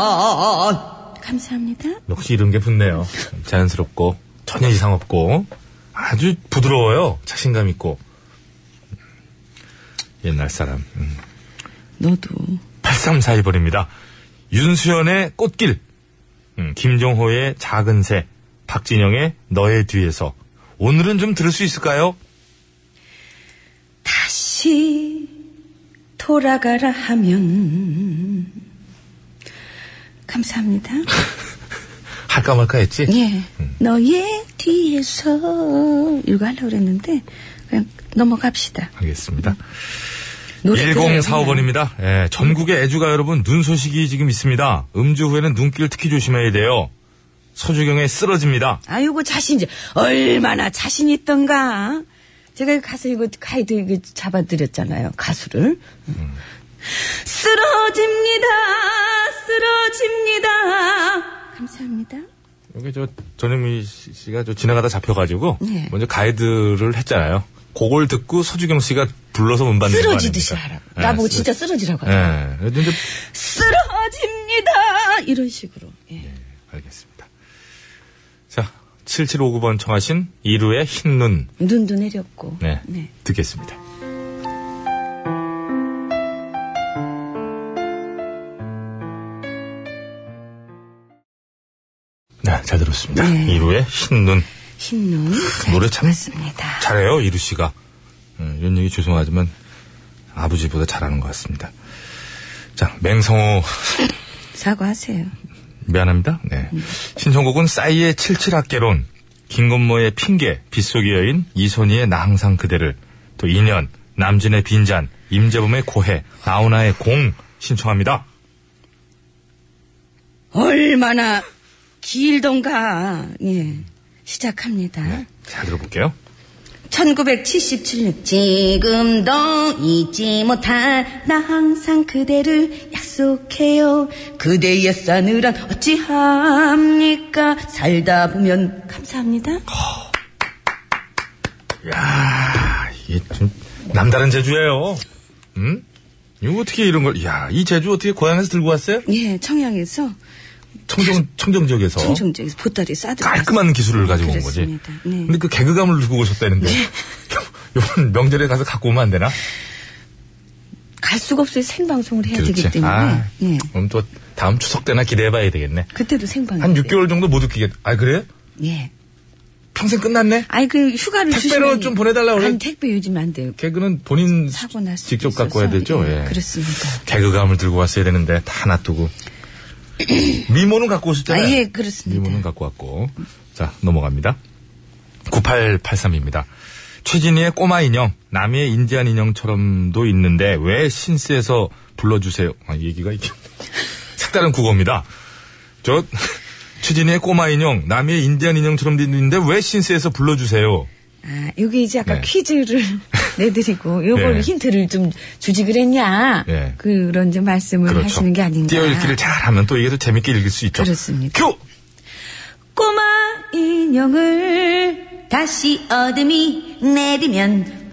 감사합니다.
역시 이런 게 붙네요. 자연스럽고 전혀 이상 없고 아주 부드러워요. 자신감 있고 옛날 사람. 음.
너도.
8342번입니다. 윤수연의 꽃길. 음, 김종호의 작은 새. 박진영의 너의 뒤에서. 오늘은 좀 들을 수 있을까요?
다시 돌아가라 하면
감사합니다.
할까 말까 했지?
예.
음.
너의 뒤에서. 이거 하려고 그랬는데, 그냥 넘어갑시다.
알겠습니다.
노래 들어요,
1045번입니다. 예, 전국의 애주가 여러분 눈 소식이 지금 있습니다. 음주 후에는 눈길 특히 조심해야 돼요. 서주경에 쓰러집니다.
아이고 자신 이제 얼마나 자신 있던가. 제가 이거 가서 이거 가이드 이거 잡아드렸잖아요 가수를.
음.
쓰러집니다, 쓰러집니다.
감사합니다.
여기 저 전현미 씨- 씨가 저 지나가다 잡혀가지고
네.
먼저 가이드를 했잖아요. 그걸 듣고 서주경 씨가 불러서 문 받는 거
쓰러지듯이
아닙니까?
하라.
예,
나보고
쓰러-
진짜 쓰러지라고 하라.
예. 그래도 이제
쓰러집니다 이런 식으로. 예.
알겠습니다. 자, 7759번 청하신 이루의 흰눈.
눈도 내렸고.
네.
네.
듣겠습니다. 네, 잘 들었습니다. 이루의 흰눈.
흰눈.
노래 참
맞습니다.
잘해요, 이루 씨가. 음, 이런 얘기 죄송하지만 아버지보다 잘하는 것 같습니다. 자, 맹성호
사과하세요.
미안합니다. 네. 신청곡은 싸이의 칠칠학개론, 김건모의 핑계, 빗속의 여인, 이소니의 나 항상 그대를, 또 인연, 남진의 빈잔, 임재범의 고해, 나훈아의 공 신청합니다.
얼마나 길던가. 예. 시작합니다.
네, 잘 들어볼게요.
1977년 지금도 잊지 못할 나 항상 그대를 약속해요
그대의 싸늘한 어찌합니까 살다 보면
감사합니다
야 이게 좀, 남다른 제주예요 응? 이거 어떻게 이런 걸, 야, 이 제주 어떻게 고향에서 들고 왔어요?
예 청양에서
어? 청정, 청정 지역에서.
청정지에서 보따리 싸들고
깔끔한 기술을 가지고 온 거지.
그렇습니다. 네.
근데 그 개그감을 두고 오셨다는데. 요번 명절에 가서 갖고 오면 안 되나?
갈 수가 없어요 생방송을 해야 되기
그렇지.
때문에
아,
예
그럼 또 다음 추석 때나 기대해봐야 되겠네.
그때도 생방
한 6개월 정도 못 웃기겠. 아 그래요?
예
평생 끝났네.
아니 그 휴가를
택배로
주시면-
좀 보내달라고 그래.
아니 택배 요즘 안 돼요
개그는 본인
사고 날 수도
직접 갖고 해야
있어서.
되죠.
예,
예.
그렇습니다
개그감을 들고 왔어야 되는데 다 놔두고. 미모는 갖고 오셨잖아요.
아, 예, 그렇습니다.
미모는 갖고 왔고. 자 넘어갑니다. 9883입니다. 최진희의 꼬마 인형, 남의 인디안 인형처럼도 있는데 왜 신스에서 불러주세요? 아, 얘기가 이게 색다른 국어입니다. 저 최진희의 꼬마 인형, 남의 인디안 인형처럼도 있는데 왜 신스에서 불러주세요?
아 여기 이제 아까
네.
퀴즈를 내드리고 요걸
네.
힌트를 좀 주지 그랬냐
예.
그런 좀 말씀을 하시는 게 아닌가
그렇죠. 띄어읽기를 잘하면 또 이게 더 재밌게 읽을 수 있죠.
그렇습니다.
큐!
꼬마 인형을 다시 어둠이 내리면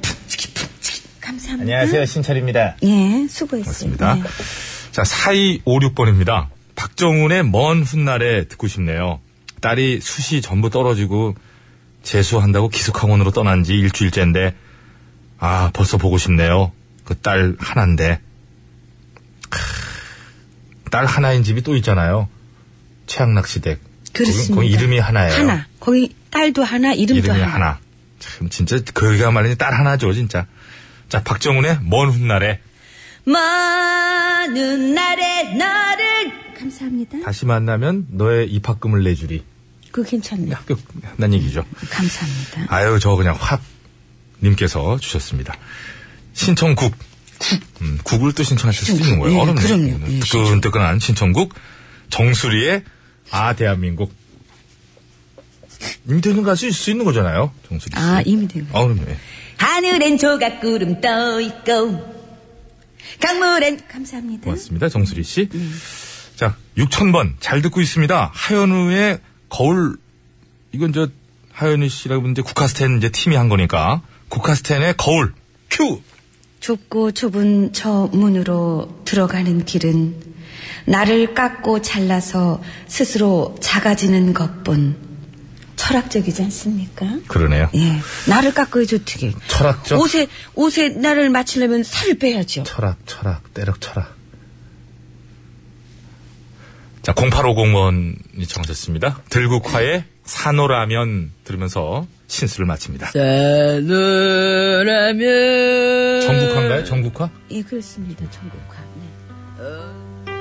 감사합니다.
신철입니다.
예, 수고했어요.
맞습니다.
네.
자, 4256번입니다. 박정훈의 먼 훗날에 듣고 싶네요. 딸이 수시 전부 떨어지고 재수한다고 기숙학원으로 떠난 지 일주일째인데, 아, 벌써 보고 싶네요. 그 딸 하나인데. 크, 딸 하나인 집이 또 있잖아요. 최양락시댁.
그렇습니다.
거기 이름이 하나예요.
하나. 거기 딸도 하나, 이름도
이름이
하나.
하나. 참, 진짜, 그야말로 딸 하나죠, 진짜. 자, 박정훈의 먼 훗날에.
많은 날에 나를
감사합니다.
다시 만나면 너의 입학금을 내주리.
그거 괜찮네.
학교 난 얘기죠.
감사합니다.
아유 저 그냥 확 님께서 주셨습니다. 신청국 음, 국을 또 신청하실 수도 있는 거예요.
예,
어렵네.
그럼요. 예,
뜨끈뜨끈한 신청국 정수리의 아 대한민국 이미 된 가수일 수 있는 거잖아요, 정수리 씨.
아, 이미 된
아, 그럼요. 예.
하늘엔 조각구름 떠 있고 강물엔 감사합니다.
고맙습니다, 정수리 씨. 자, 6000번. 잘 듣고 있습니다. 하현우의 거울, 이건 저, 하현우 씨라고 하는데 국카스텐 이제 팀이 한 거니까. 국카스텐의 거울, 큐!
좁고 좁은 저 문으로 들어가는 길은 나를 깎고 잘라서 스스로 작아지는 것뿐 철학적이지 않습니까?
그러네요.
예. 나를 깎아야 좋게.
철학적?
옷에, 옷에 나를 맞추려면 살을 빼야죠.
철학, 철학, 때력 철학. 자, 0850원이 정하셨습니다. 들국화의 산호라면 들으면서 신수를 마칩니다.
산호라면
전국화인가요? 전국화?
예, 그렇습니다. 전국화.
네.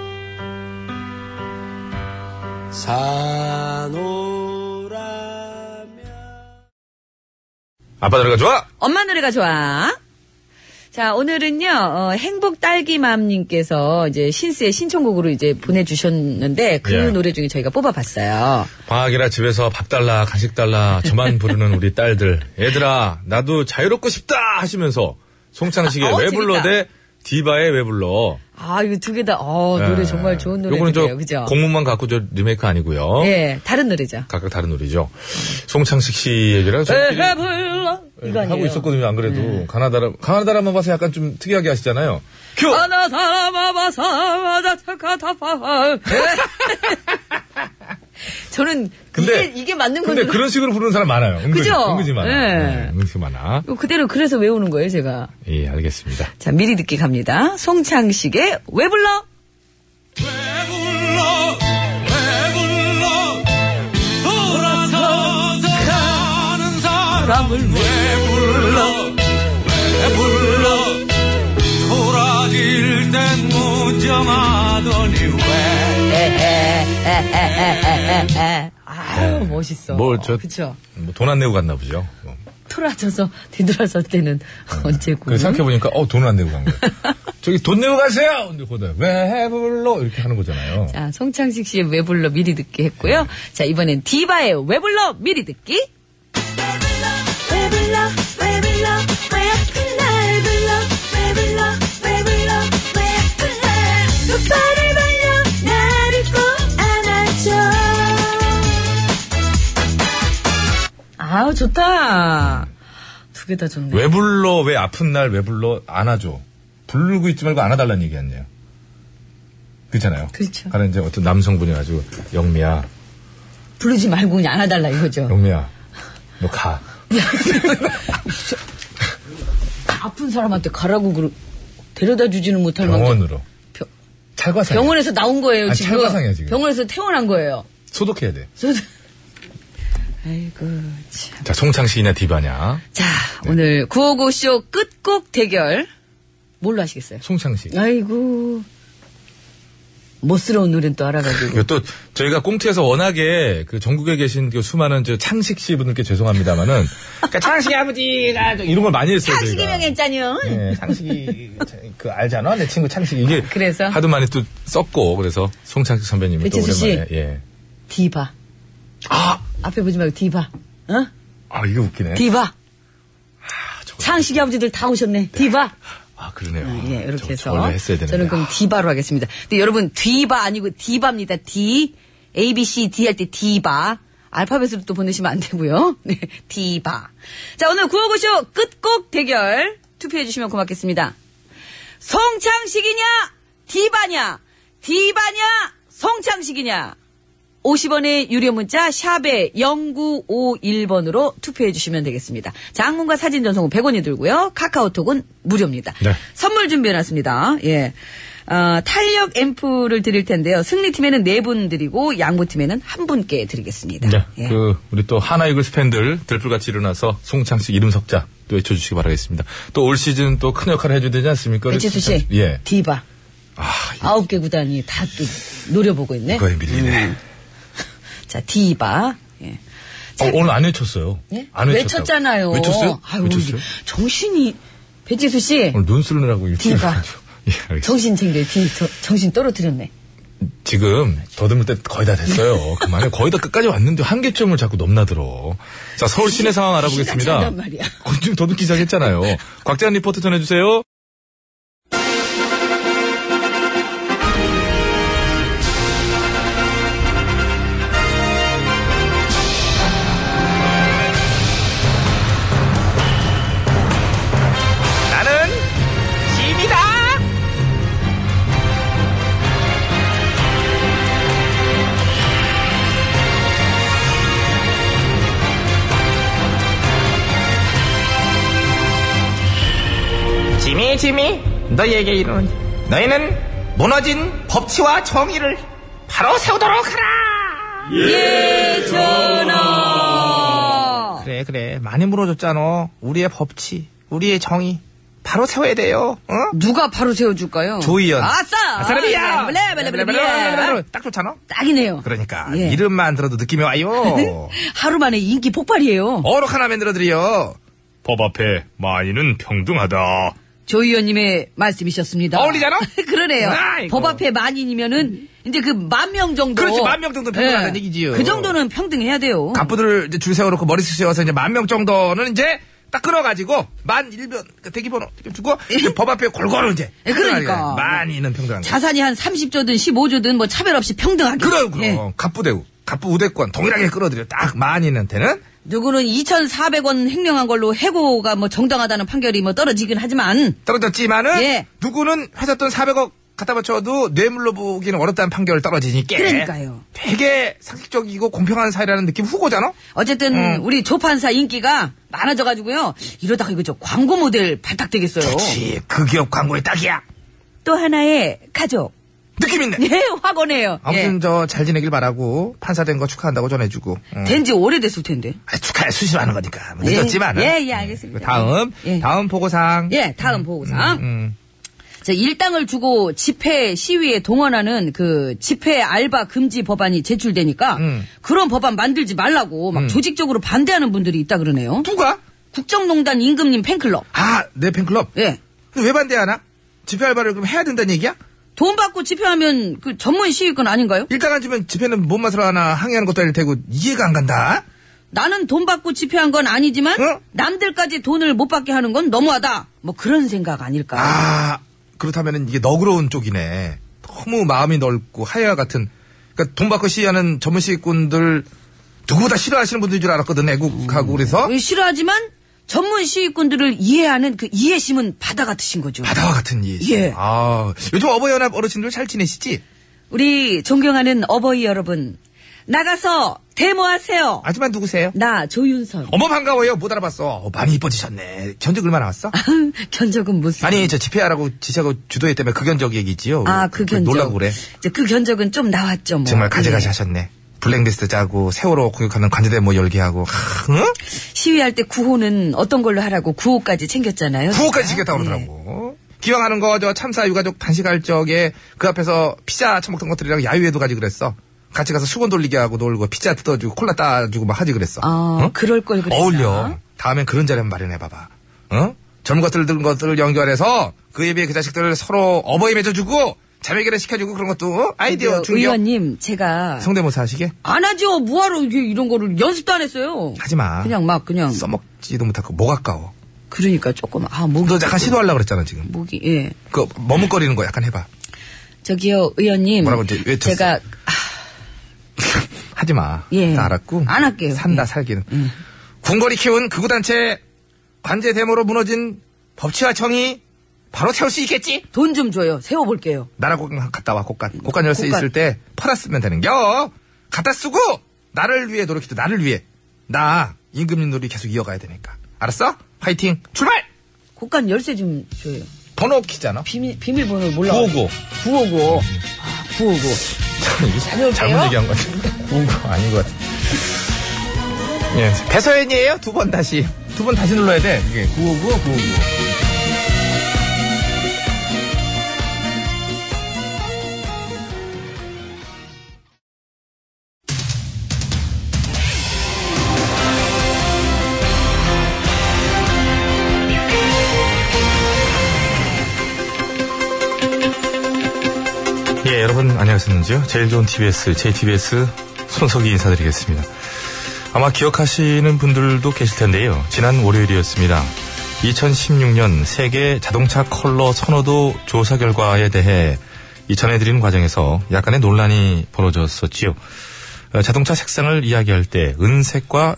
아빠 노래가 좋아!
엄마 노래가 좋아. 자, 오늘은요, 어, 행복 딸기맘님께서 이제 신스의 신청곡으로 이제 보내주셨는데 그
예.
노래 중에 저희가 뽑아봤어요.
방학이라 집에서 밥 달라, 간식 달라, 저만 부르는 우리 딸들. 얘들아, 나도 자유롭고 싶다! 하시면서 송창식의
어,
왜
재밌다.
불러대? 디바의 왜 불러?
아, 이거 두 개 다, 어, 노래
예.
정말 좋은
요거는 저
노래예요. 그죠?
공문만 갖고 저 리메이크 아니고요.
예, 다른 노래죠.
각각 다른 노래죠. 송창식 씨 얘기랑 저희끼리
왜 불러? 예. 이거 아니에요. 음.
하고 있었거든요. 안 그래도 가나다라 가나다라만 봐서 약간 좀 특이하게 하시잖아요. 큐.
하나 사람아바 사마자 착하다파 저는
예? 근데
이게 이게 맞는
근데
건데
그런 식으로 부르는 사람 많아요. 은근히,
그죠?
은근히 많아.
네.
네, 은근히 많아.
이거 그대로 그래서 외우는 거예요 제가
예, 알겠습니다.
자 미리 듣기 갑니다 송창식의 왜 불러 아유
네.
멋있어
뭘 저-
그쵸
뭐 돈 안 내고 갔나 보죠. 뭐.
돌아져서 뒤돌아설 때는 언제고
어, 그래 생각해 보니까 어 돈 안 내고 간 거예요. 저기 돈 내고 가세요. 근데 거기다 왜 불러 이렇게 하는 거잖아요.
자 송창식 씨의 왜 불러 미리 듣기 했고요 자 이번엔 디바의 왜 불러 미리 듣기
왜 불러 왜 불러 왜 아픈 날 불러 왜 불러 왜 불러 왜 아픈 날 눈발을 벌려 나를 꼭 안아줘
아우 좋다 두 개 다 좋네
왜 불러 왜 아픈 날 왜 불러 안아줘. 부르고 있지 말고 안아달라는 얘기 아니에요. 그렇잖아요.
그렇죠.
가는 이제 어떤 남성분이 가지고 영미야
부르지 말고 그냥 안아달라 이거죠.
영미야, 너 가.
아픈 사람한테 가라고 그러 데려다 주지는 못할 만큼
병원으로.
병-
찰과상.
병원에서 나온 거예요
아니,
지금.
찰과상이야, 지금.
병원에서 퇴원한 거예요.
소독해야 돼.
저도- 아이고 참.
자, 송창식이냐 디바냐.
자
네.
오늘 955쇼 끝곡 대결 뭘로 하시겠어요?
송창식.
아이고 멋스러운 노래는 또 알아가지고
그리고 또 저희가 꽁트에서 워낙에 그 전국에 계신 그 수많은 저 창식 씨 분들께 죄송합니다만은 그러니까 창식이 아버지가 좀 이런 걸 많이 했어요.
탁식이
저희가.
명했잖요.
예, 창식이 그 알잖아 내 친구 창식이 이게
그래서?
하도 많이 또 썼고 그래서 송창식 선배님이 또
배치수 씨.
오랜만에 예.
디바
아,
앞에 보지 말고 디바. 어?
아 이게 웃기네. 아,
디바.
저거.
창식이 아버지들 다 오셨네. 디바.
아 그러네요.
예,
아,
이렇게
저거
해서.
원래 했어야 되는데.
저는 그럼
아,
디바로 하겠습니다. 근데 여러분, 디바 아니고 디바입니다. 디. A, B, C, D 할 때 디바. 알파벳으로 또 보내시면 안 되고요. 네, 디바. 자, 오늘 구호고쇼 끝곡 대결 투표해주시면 고맙겠습니다. 송창식이냐? 디바냐? 디바냐? 송창식이냐? 50원의 유료 문자 샵에 0951번으로 투표해 주시면 되겠습니다. 장문과 사진 전송은 100원이 들고요. 카카오톡은 무료입니다.
네.
선물 준비해 놨습니다. 예. 어, 탄력 앰프를 드릴 텐데요. 승리팀에는 네 분 드리고 양보팀에는 한 분께 드리겠습니다.
네,
예.
그 우리 또 하나이글스 팬들 들불같이 일어나서 송창식 이름 석자 또 외쳐주시기 바라겠습니다. 또 올 시즌 또 큰 역할을 해줘야 되지 않습니까? 우리
배치수 씨.
송창식- 예.
디바.
아,
아홉 개 구단이 다 또 노려보고 있네.
이거에 밀리네.
음. 자, 디바. 예.
어, 오늘 안 외쳤어요.
예?
안 외쳤다고.
외쳤잖아요.
외쳤어요?
아유,
외쳤어요?
정신이. 배지수 씨.
오늘 눈 쓰느라고 일찍
디바.
일어나가지고. 예, 알겠습니다.
정신 챙겨. 뒤, 저- 정신 떨어뜨렸네.
지금 더듬을 때 거의 다 됐어요. 그만해. 거의 다 끝까지 왔는데 한계점을 자꾸 넘나들어. 자, 서울 시내 상황 알아보겠습니다.
잔단 말이야.
곤충 더듬기 시작했잖아요. 곽재한 리포터 전해주세요.
나는 짐이다. 짐이 짐이 너희에게 이르노니 너희는 무너진 법치와 정의를 바로 세우도록 하라.
전하.
그래 그래 많이 무너졌잖아. 우리의 법치, 우리의 정의 바로 세워야 돼요. 어? 응?
누가 바로 세워줄까요?
조이연.
아싸!
아, 사람이야.
블레블레블레블레.
딱 좋잖아.
딱이네요.
그러니까
예.
이름만 들어도 느낌이 와요.
하루 만에 인기 폭발이에요.
어록 하나 만들어 드려.
법 앞에 마인은 평등하다.
어.
조 의원님의 말씀이셨습니다.
어울리잖아?
그러네요.
아이고.
법 앞에 만인이면은 이제 그 만 명 정도.
그렇지, 만명 정도 평등하다는
예.
얘기지요.
그 정도는 평등해야 돼요.
갑부들 이제 줄 세워놓고 머리 쑤셔서 이제 만 명 정도는 이제 딱 끌어가지고 만 일변 그 대기번호 이렇게 주고 이제 법 앞에 골고루 이제
예, 그러니까.
평등하게 만이는 평등한 거.
자산이 한 30조든 15조든 뭐 차별 없이 평등하게.
그럼 그럼
예.
갑부대우 갑부 우대권 동일하게 끌어들여 딱 만이는테는
누구는 2,400원 횡령한 걸로 해고가 뭐 정당하다는 판결이 뭐 떨어지긴 하지만
떨어졌지만은
예.
누구는 회사 돈 400억 갖다 바쳐도 뇌물로 보기는 어렵다는 판결 떨어지니까
그러니까요.
되게 상식적이고 공평한 사회라는 느낌 후고잖아.
어쨌든
음.
우리 조판사 인기가 많아져가지고요. 이러다가 이거 저 광고 모델 발탁되겠어요.
그렇지 그 기업 광고에 딱이야.
또 하나의 가족.
느낌 있네.
네, 확언해요.
아무튼 저 잘 지내길 바라고 판사된 거 축하한다고 전해주고 응.
예. 된지 오래됐을 텐데.
아, 축하해 수시로 하는 거니까 뭐 늦었지만은 그
예, 예, 알겠습니다.
다음
예.
다음 보고사항
예, 다음 보고상.
음.
자, 일당을 주고 집회 시위에 동원하는 그 집회 알바 금지 법안이 제출되니까
음.
그런 법안 만들지 말라고 막 조직적으로 반대하는 분들이 있다 그러네요.
누가
국정농단 임금님 팬클럽.
아 내 팬클럽
예.
근데 왜 반대하나 집회 알바를 그럼 해야 된다는 얘기야
돈 받고 집회하면 그 전문 시위권 아닌가요?
일당 안 주면 집회는 뭔 맛으로 하나 항의하는 것도 아닐 테고 이해가 안 간다
나는 돈 받고 집회한 건 아니지만
응?
남들까지 돈을 못 받게 하는 건 너무하다. 뭐 그런 생각 아닐까.
아 그렇다면은 이게 너그러운 쪽이네 너무 마음이 넓고 하야 같은 그러니까 돈 받고 시위하는 전문 시위꾼들 누구보다 싫어하시는 분들인 줄 알았거든 애국하고 그래서
왜 싫어하지만 전문 시위꾼들을 이해하는 그 이해심은 바다 같으신 거죠.
바다와 같은 이
예.
아 요즘 어버이연합 어르신들 잘 지내시지
우리 존경하는 어버이 여러분 나가서 데모하세요.
아줌마 누구세요?
나 조윤선.
어머 반가워요. 못 알아봤어. 어, 많이 이뻐지셨네. 견적 얼마나 왔어?
견적은 무슨?
아니 저 집회하라고 지시하고 주도했다며 그 견적 얘기지요.
아, 그 견적.
뭐 놀라고 그래.
이제 그 견적은 좀 나왔죠. 뭐.
정말 가지가지
예.
하셨네. 블랙리스트 짜고 세월호 공격하는 관제대 뭐 열기하고 하, 응?
시위할 때 구호는 어떤 걸로 하라고 구호까지 챙겼잖아요.
구호까지
제가.
지켰다
예.
그러더라고. 기왕하는 거 저 참사 유가족 단식할 적에 그 앞에서 피자 처먹던 것들이랑 야유회도 가지 그랬어. 같이 가서 수건 돌리게 하고 놀고 피자 뜯어주고 콜라 따주고 막 하지 그랬어.
아,
응?
그럴 걸 그랬나?
어울려. 다음엔 그런 자리 한번 마련해봐봐. 응? 젊은 것들, 늙은 것들을 연결해서 그에 비해 그 자식들을 서로 어버이 맺어주고 자매결혼 시켜주고 그런 것도 어? 아이디어
저
중요.
의원님 제가
성대모사 하시게?
안 하죠. 뭐하러 이게 이런 거를 연습도 안 했어요.
하지마.
그냥 막 그냥
써먹지도 못하고 목 아까워.
그러니까 조금 아 목이
너 약간 시도하려고 그랬잖아 지금.
목이 예.
그 머뭇거리는 거 약간 해봐.
저기요 의원님
뭐라고 이제 외쳤어?
제가
하지마.
예.
다 알았고.
안 할게요.
산다
예.
살기는. 궁궐이 키운 극우단체 관제 대모로 무너진 법치와 정의 바로 세울 수 있겠지?
돈 좀 줘요. 세워볼게요.
나라 곡간 갔다 와 곡간 곡간 열쇠
곡간.
있을 때 팔아 쓰면 되는겨 갖다 쓰고 나를 위해 노력해도 나를 위해 나 임금님 놀이 계속 이어가야 되니까 알았어 화이팅 출발
곡간 열쇠 좀 줘요.
번호 키잖아
비밀 비밀번호 몰라.
구호고.
구호고. 아, 구호고.
잘못 얘기한 것 같은데. 뭔가 아닌 것 같은데. 예.
배서연이에요 두 번 다시 두 번 다시 눌러야 돼 이게 959 959
예, 여러분 안녕하셨는지요? 제일 좋은 TBS, JTBS 손석희 인사드리겠습니다. 아마 기억하시는 분들도 계실 텐데요. 지난 월요일이었습니다. 2016년 세계 자동차 컬러 선호도 조사 결과에 대해 이 전해드리는 과정에서 약간의 논란이 벌어졌었지요. 어, 자동차 색상을 이야기할 때 은색과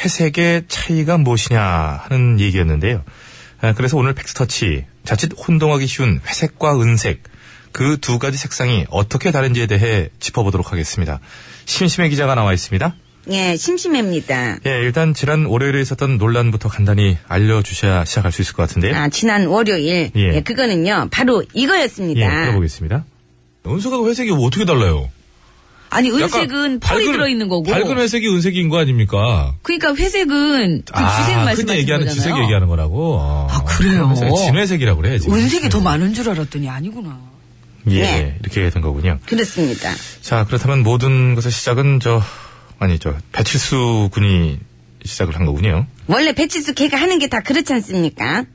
회색의 차이가 무엇이냐 하는 얘기였는데요. 아, 그래서 오늘 팩스터치 자칫 혼동하기 쉬운 회색과 은색 그 두 가지 색상이 어떻게 다른지에 대해 짚어보도록 하겠습니다. 심심해 기자가 나와 있습니다.
예, 심심합니다.
예, 일단 지난 월요일에 있었던 논란부터 간단히 알려주셔야 시작할 수 있을 것 같은데요.
아, 지난 월요일.
예.
예, 그거는요, 바로 이거였습니다.
예, 들어보겠습니다. 은색하고 회색이 어떻게 달라요?
아니,
약간
은색은 펄이
밝은-
들어있는 거고.
밝은 회색이 은색인 거 아닙니까?
그러니까 회색은 그 주색
아,
말씀하시는
흔히 얘기하는
거잖아요.
주색 얘기하는 거라고. 아,
그래요?
진회색이라고 그래야지.
은색이 더 많은 줄 알았더니 아니구나.
예,
네.
이렇게 된 거군요.
그렇습니다.
자, 그렇다면 모든 것의 시작은 저, 아니, 저, 배칠수 군이 시작을 한 거군요.
원래 배치수 걔가 하는 게 다 그렇지 않습니까?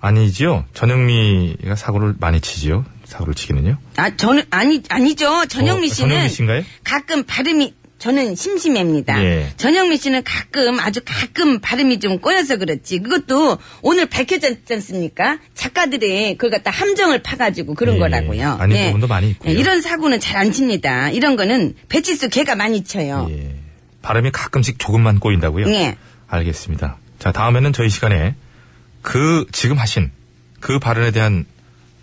아니지요. 전영미가 사고를 많이 치지요. 사고를 치기는요.
아, 저는, 아니, 아니죠. 전영미
어,
씨는.
전영미 씨인가요?
가끔 발음이, 저는 심심합니다.
예.
전영미 씨는 가끔, 아주 가끔 발음이 좀 꼬여서 그렇지. 그것도 오늘 밝혀졌지 않습니까? 작가들이 그걸 갖다 함정을 파가지고 그런
예,
거라고요. 예,
아닌 부분도 많이 있고요.
이런 사고는 잘 안 칩니다. 이런 거는 배치수 걔가 많이 쳐요.
예. 발음이 가끔씩 조금만 꼬인다고요?
예.
알겠습니다. 자, 다음에는 저희 시간에 그, 지금 하신 그 발언에 대한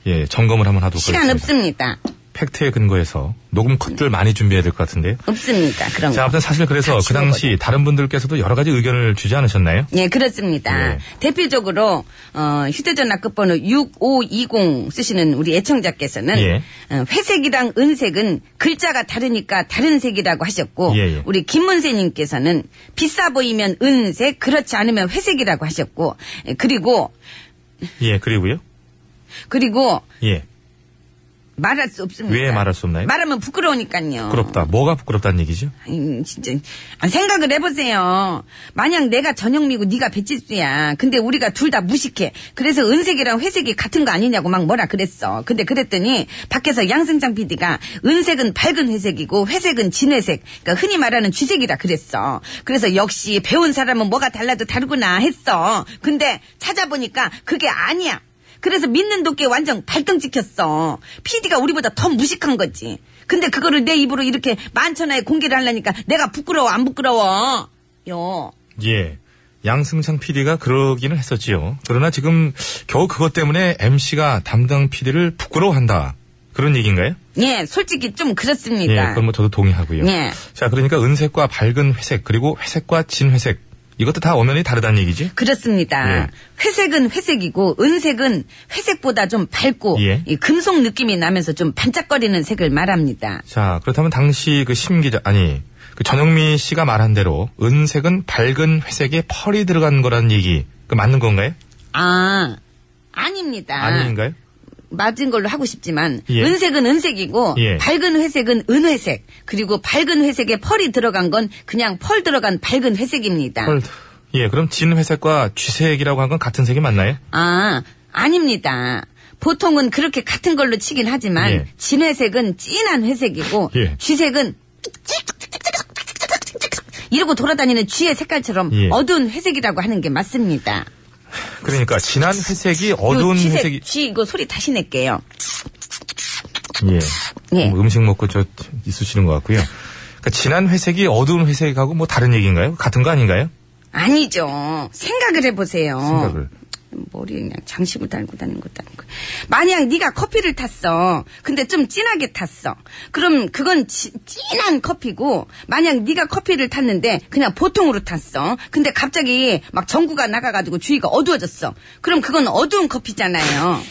예, 점검을 한번 하도록
시간
하겠습니다.
없습니다.
팩트에 근거해서 녹음
네.
컷들 많이 준비해야 될 것 같은데요.
없습니다. 그런
자,
거.
아무튼 사실 그래서 그 당시 다른 분들께서도 여러 가지 의견을 주지 않으셨나요?
예, 그렇습니다.
예.
대표적으로 어, 휴대전화 끝번호 6520 쓰시는 우리 애청자께서는
예.
어, 회색이랑 은색은 글자가 다르니까 다른 색이라고 하셨고
예, 예.
우리 김문세님께서는 비싸 보이면 은색, 그렇지 않으면 회색이라고 하셨고 예, 그리고 네.
예, 그리고요.
그리고
예.
말할 수 없습니다.
왜 말할 수 없나요?
말하면 부끄러우니까요.
부끄럽다. 뭐가 부끄럽다는 얘기죠?
아이, 진짜 아, 생각을 해보세요. 만약 내가 전영미고 네가 배치수야. 근데 우리가 둘 다 무식해. 그래서 은색이랑 회색이 같은 거 아니냐고 막 뭐라 그랬어. 근데 그랬더니 밖에서 양승장 PD가 은색은 밝은 회색이고 회색은 진회색. 그러니까 흔히 말하는 쥐색이라 그랬어. 그래서 역시 배운 사람은 뭐가 달라도 다르구나 했어. 근데 찾아보니까 그게 아니야. 그래서 믿는 도끼 완전 발등 찍혔어. PD가 우리보다 더 무식한 거지. 근데 그거를 내 입으로 이렇게 만천하에 공개를 하려니까 내가 부끄러워 안 부끄러워? 요.
예. 양승찬 PD가 그러기는 했었지요. 그러나 지금 겨우 그것 때문에 MC가 담당 PD를 부끄러워한다. 그런 얘기인가요?
예, 솔직히 좀
예,
그렇습니다.
그건 뭐 저도 동의하고요.
예.
자, 그러니까 은색과 밝은 회색, 그리고 회색과 진회색. 이것도 다 엄연히 다르다는 얘기지?
그렇습니다.
예.
회색은 회색이고 은색은 회색보다 좀 밝고
예.
이 금속 느낌이 나면서 좀 반짝거리는 색을 말합니다.
자, 그렇다면 당시 그 심기자, 아니, 그 전영미 씨가 말한 대로 은색은 밝은 회색에 펄이 들어간 거라는 얘기. 그 맞는 건가요?
아, 아닙니다.
아닌가요?
맞은 걸로 하고 싶지만
예.
은색은 은색이고
예.
밝은 회색은 은회색 그리고 밝은 회색에 펄이 들어간 건 그냥 펄 들어간 밝은 회색입니다.
펄. 예, 그럼 진회색과 쥐색이라고 한 건 같은 색이 맞나요?
아 아닙니다. 보통은 그렇게 같은 걸로 치긴 하지만
예.
진회색은 진한 회색이고
예.
쥐색은 이러고 돌아다니는 쥐의 색깔처럼
예.
어두운 회색이라고 하는 게 맞습니다.
그러니까 진한 회색이 어두운
요 쥐색,
회색이
쥐 이거 소리 다시 낼게요.
예.
예.
음, 음식 먹고 저 있으시는 것 같고요. 그러니까 진한 회색이 어두운 회색하고 뭐 다른 얘기인가요? 같은 거 아닌가요?
아니죠. 생각을 해보세요.
생각을.
머리에 그냥 장식을 달고 다니는 것도 아니고. 만약 네가 커피를 탔어. 근데 좀 진하게 탔어. 그럼 그건 지- 진한 커피고 만약 네가 커피를 탔는데 그냥 보통으로 탔어. 근데 갑자기 막 전구가 나가가지고 주위가 어두워졌어. 그럼 그건 어두운 커피잖아요.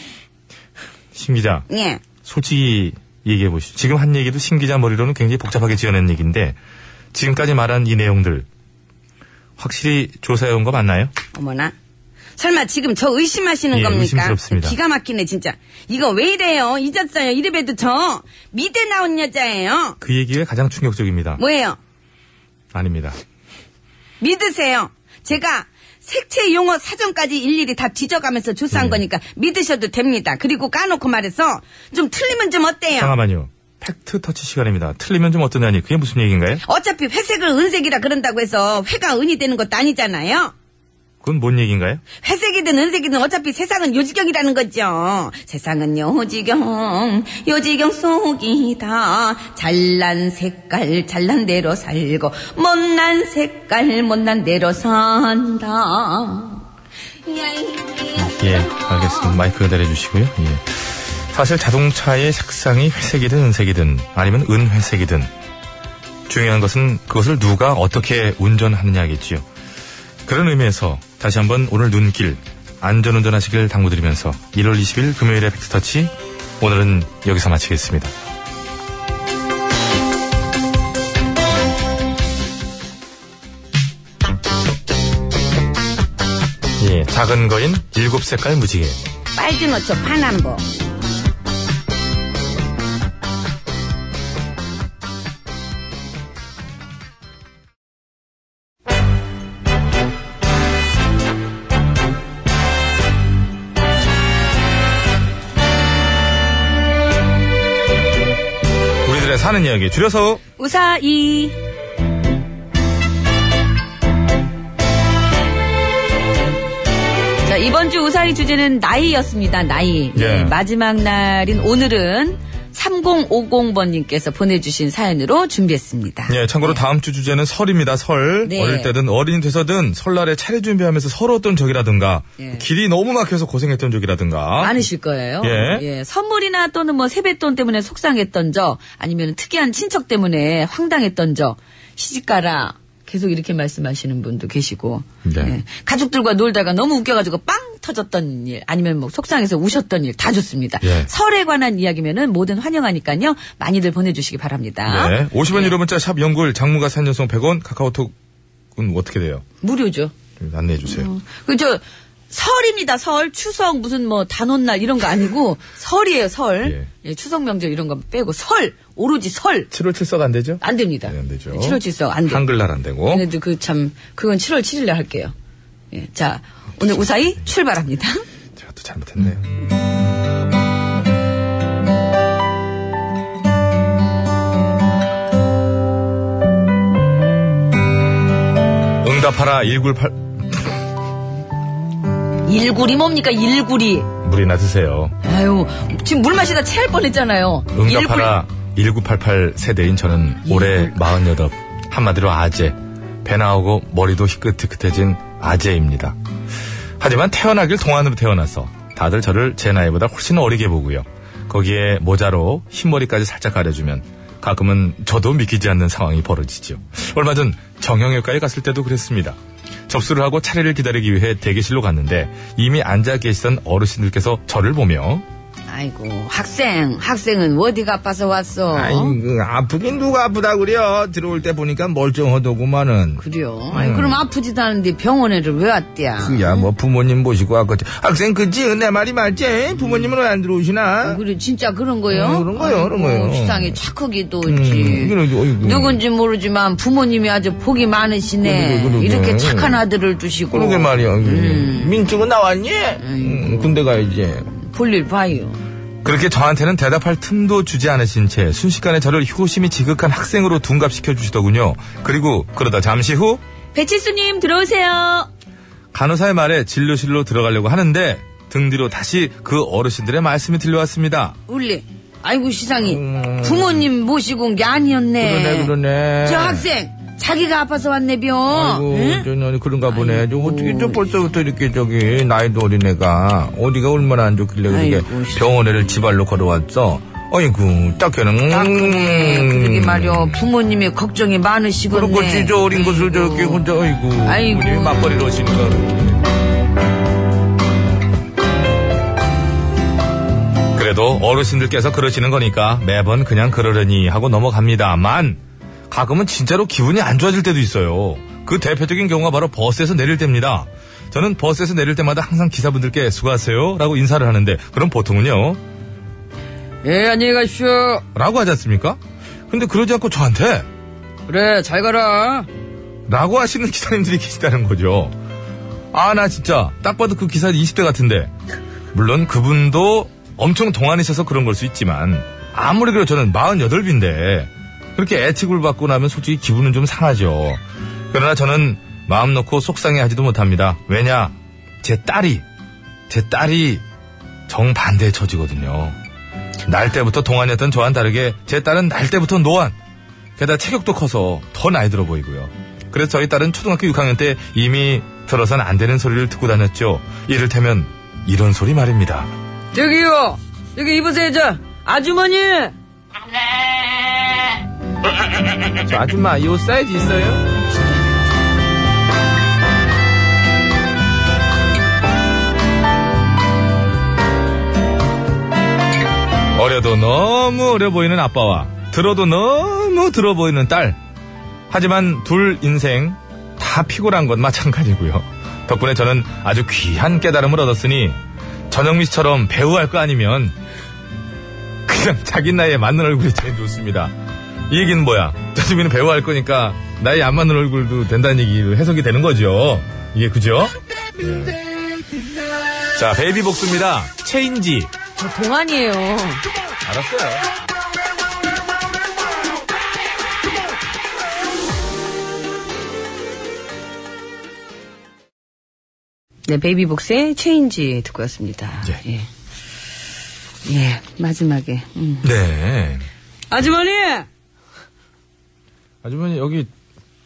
심 기자,
예.
솔직히 얘기해 보시죠. 지금 한 얘기도 심 기자 머리로는 굉장히 복잡하게 지어낸 얘기인데 지금까지 말한 이 내용들 확실히 조사해 온 거 맞나요?
어머나. 설마 지금 저 의심하시는
예,
겁니까?
의심스럽습니다.
기가 막히네 진짜. 이거 왜 이래요? 잊었어요. 이래봬도 저 미대 나온 여자예요.
그 얘기가 가장 충격적입니다.
뭐예요?
아닙니다.
믿으세요. 제가 색채 용어 사전까지 일일이 다 뒤져가면서 조사한 거니까 믿으셔도 됩니다. 그리고 까놓고 말해서 좀 틀리면 좀 어때요?
잠깐만요. 팩트 터치 시간입니다. 틀리면 좀 어떠냐니 그게 무슨 얘기인가요?
어차피 회색을 은색이라 그런다고 해서 회가 은이 되는 것도 아니잖아요.
그건 뭔 얘기인가요?
회색이든 은색이든 어차피 세상은 요지경이라는 거죠. 세상은 요지경, 요지경 속이다. 잘난 색깔, 잘난 대로 살고, 못난 색깔, 못난 대로 산다.
예, 알겠습니다. 마이크 내려주시고요. 예. 사실 자동차의 색상이 회색이든 은색이든 아니면 은회색이든 중요한 것은 그것을 누가 어떻게 운전하느냐겠지요. 그런 의미에서 다시 한번 오늘 눈길 안전운전 하시길 당부드리면서 1월 20일 금요일의 팩스터치 오늘은 여기서 마치겠습니다. 예, 작은 거인 일곱 색깔 무지개.
빨진 어초 파남보.
우리들의 사는 이야기 줄여서
우사이.
자, 이번 주 우사의 주제는 나이였습니다. 나이.
예.
네, 마지막 날인 오늘은 3050번님께서 보내주신 사연으로 준비했습니다.
예, 참고로 다음 주 주제는 설입니다. 설.
네.
어릴 때든 어린이 돼서든 설날에 차례 준비하면서 서러웠던 적이라든가
예.
길이 너무 막혀서 고생했던 적이라든가
많으실 거예요.
어? 예.
선물이나 또는 뭐 세뱃돈 때문에 속상했던 적, 아니면 특이한 친척 때문에 황당했던 적, 시집가라. 계속 이렇게 말씀하시는 분도 계시고
네.
예. 가족들과 놀다가 너무 웃겨가지고 빵 터졌던 일 아니면 뭐 속상해서 우셨던 일 다 좋습니다.
예.
설에 관한 이야기면은 뭐든 환영하니까요 많이들 보내주시기 바랍니다.
네.
예.
50원 유료 문자 샵 연골 장무가 산전송 100원 카카오톡은 어떻게 돼요?
무료죠.
좀 안내해 주세요.
음. 그저 설입니다. 설 추석 무슨 뭐 단오날 이런 거 아니고 설이에요. 설 예, 추석 명절 이런 거 빼고 설 오로지 설 안
7월 7석 안 되죠?
됩니다.
네, 안 되죠.
7월 7일 아, 안 돼.
한글날 안 되고.
그래도 그 참 그건 7월 7일날 할게요. 예, 자 오늘 우사히
네.
출발합니다.
제가 또 잘못했네요. 응답하라 198
일구리 뭡니까 일구리?
물이나 드세요.
아유 지금 물 마시다 체할 뻔했잖아요.
응답하라 예. 1988 세대인 저는 올해 48 한마디로 아재 배 나오고 머리도 희끗희끗해진 아재입니다. 하지만 태어나길 동안으로 태어나서 다들 저를 제 나이보다 훨씬 어리게 보고요. 거기에 모자로 흰머리까지 살짝 가려주면 가끔은 저도 믿기지 않는 상황이 벌어지죠. 얼마 전 정형외과에 갔을 때도 그랬습니다. 접수를 하고 차례를 기다리기 위해 대기실로 갔는데 이미 앉아 계시던 어르신들께서 저를 보며
아이고 학생 학생은 어디가 아파서 왔어?
그 아프긴 누가 아프다 그려. 들어올 때 보니까 멀쩡하더구만은.
그래요.
음.
아니, 그럼 아프지도 않은데 병원에를 왜 왔대야?
야, 뭐 부모님 모시고 왔겠지. 학생 그지? 내 말이 맞지? 부모님은 왜 안 들어오시나?
아, 그래 진짜 그런 거요?
음, 그런 거요, 그런 거요. 음,
세상에 착하기도 있지.
이건 어디, 어이구.
누군지 모르지만 부모님이 아주 복이 많으시네.
그러게, 그러게.
이렇게 착한 아들을 두시고 음,
그러게 말이야. 민증은 나왔니? 음, 군대 가야지.
볼일 봐요.
그렇게 저한테는 대답할 틈도 주지 않으신 채 순식간에 저를 효심이 지극한 학생으로 둔갑시켜 주시더군요. 그리고 그러다 잠시 후
배치수님 들어오세요.
간호사의 말에 진료실로 들어가려고 하는데 등 뒤로 다시 그 어르신들의 말씀이 들려왔습니다.
울리. 아이고 시상이 부모님 모시고 온 게
그러네,
아니었네.
그러네.
저 학생 자기가 아파서 왔네 병.
아이고, 음.
응?
저 년이 그런가 보네. 저 어떻게 저 벌써부터 이렇게 저기 나이도 어린 애가 어디가 얼마나 안 좋길래 그렇게
아이고, 씨.
병원에를 지발로 걸어왔어. 아이고, 딱 걔는.
아, 그래. 그러게 말이야. 부모님의 걱정이 많으시겠네.
그런 거지, 저 어린 것을 저렇게 혼자, 아이고.
아이고.
우리 맞벌이로 오시니까.
그래도 어르신들께서 그러시는 거니까 매번 그냥 그러려니 하고 넘어갑니다만 가끔은 진짜로 기분이 안 좋아질 때도 있어요. 그 대표적인 경우가 바로 버스에서 내릴 때입니다. 저는 버스에서 내릴 때마다 항상 기사분들께 수고하세요 라고 인사를 하는데 그럼 보통은요
예, 안녕히 가십시오.
라고 하지 않습니까? 근데 그러지 않고 저한테
그래, 잘 가라.
라고 하시는 기사님들이 계시다는 거죠. 아, 나 진짜 딱 봐도 그 기사 20대 같은데. 물론 그분도 엄청 동안이셔서 그런 걸 수 있지만
아무리 그래도 저는 48인데 그렇게 애칭을 받고 나면 솔직히 기분은 좀 상하죠. 그러나 저는 마음 놓고 속상해하지도 못합니다. 왜냐? 제 딸이 제 딸이 정반대의 처지거든요. 날 때부터 동안이었던 저와는 다르게 제 딸은 날 때부터 노안. 게다가 체격도 커서 더 나이 들어 보이고요. 그래서 저희 딸은 초등학교 6학년 때 이미 들어선 안 되는 소리를 듣고 다녔죠. 이를테면 이런 소리 말입니다.
저기요. 여기 이보세요, 저. 아주머니!
저 아줌마 이 옷 사이즈 있어요?
어려도 너무 어려 보이는 아빠와 들어도 너무 들어 보이는 딸. 하지만 둘 인생 다 피곤한 건 마찬가지고요. 덕분에 저는 아주 귀한 깨달음을 얻었으니 전영미 씨처럼 배우할 거 아니면 그냥 자기 나이에 맞는 얼굴이 제일 좋습니다. 이 얘기는 뭐야? 저지민은 배우할 거니까 나이에 안 맞는 얼굴도 된다는 얘기로 해석이 되는 거죠. 이게 그죠? 예. 자, 베이비 복수입니다. 체인지.
저 동안이에요.
알았어요.
네, 베이비복스의 체인지 듣고 왔습니다.
예.
예. 예, 마지막에. 음.
네.
아주머니!
아주머니 여기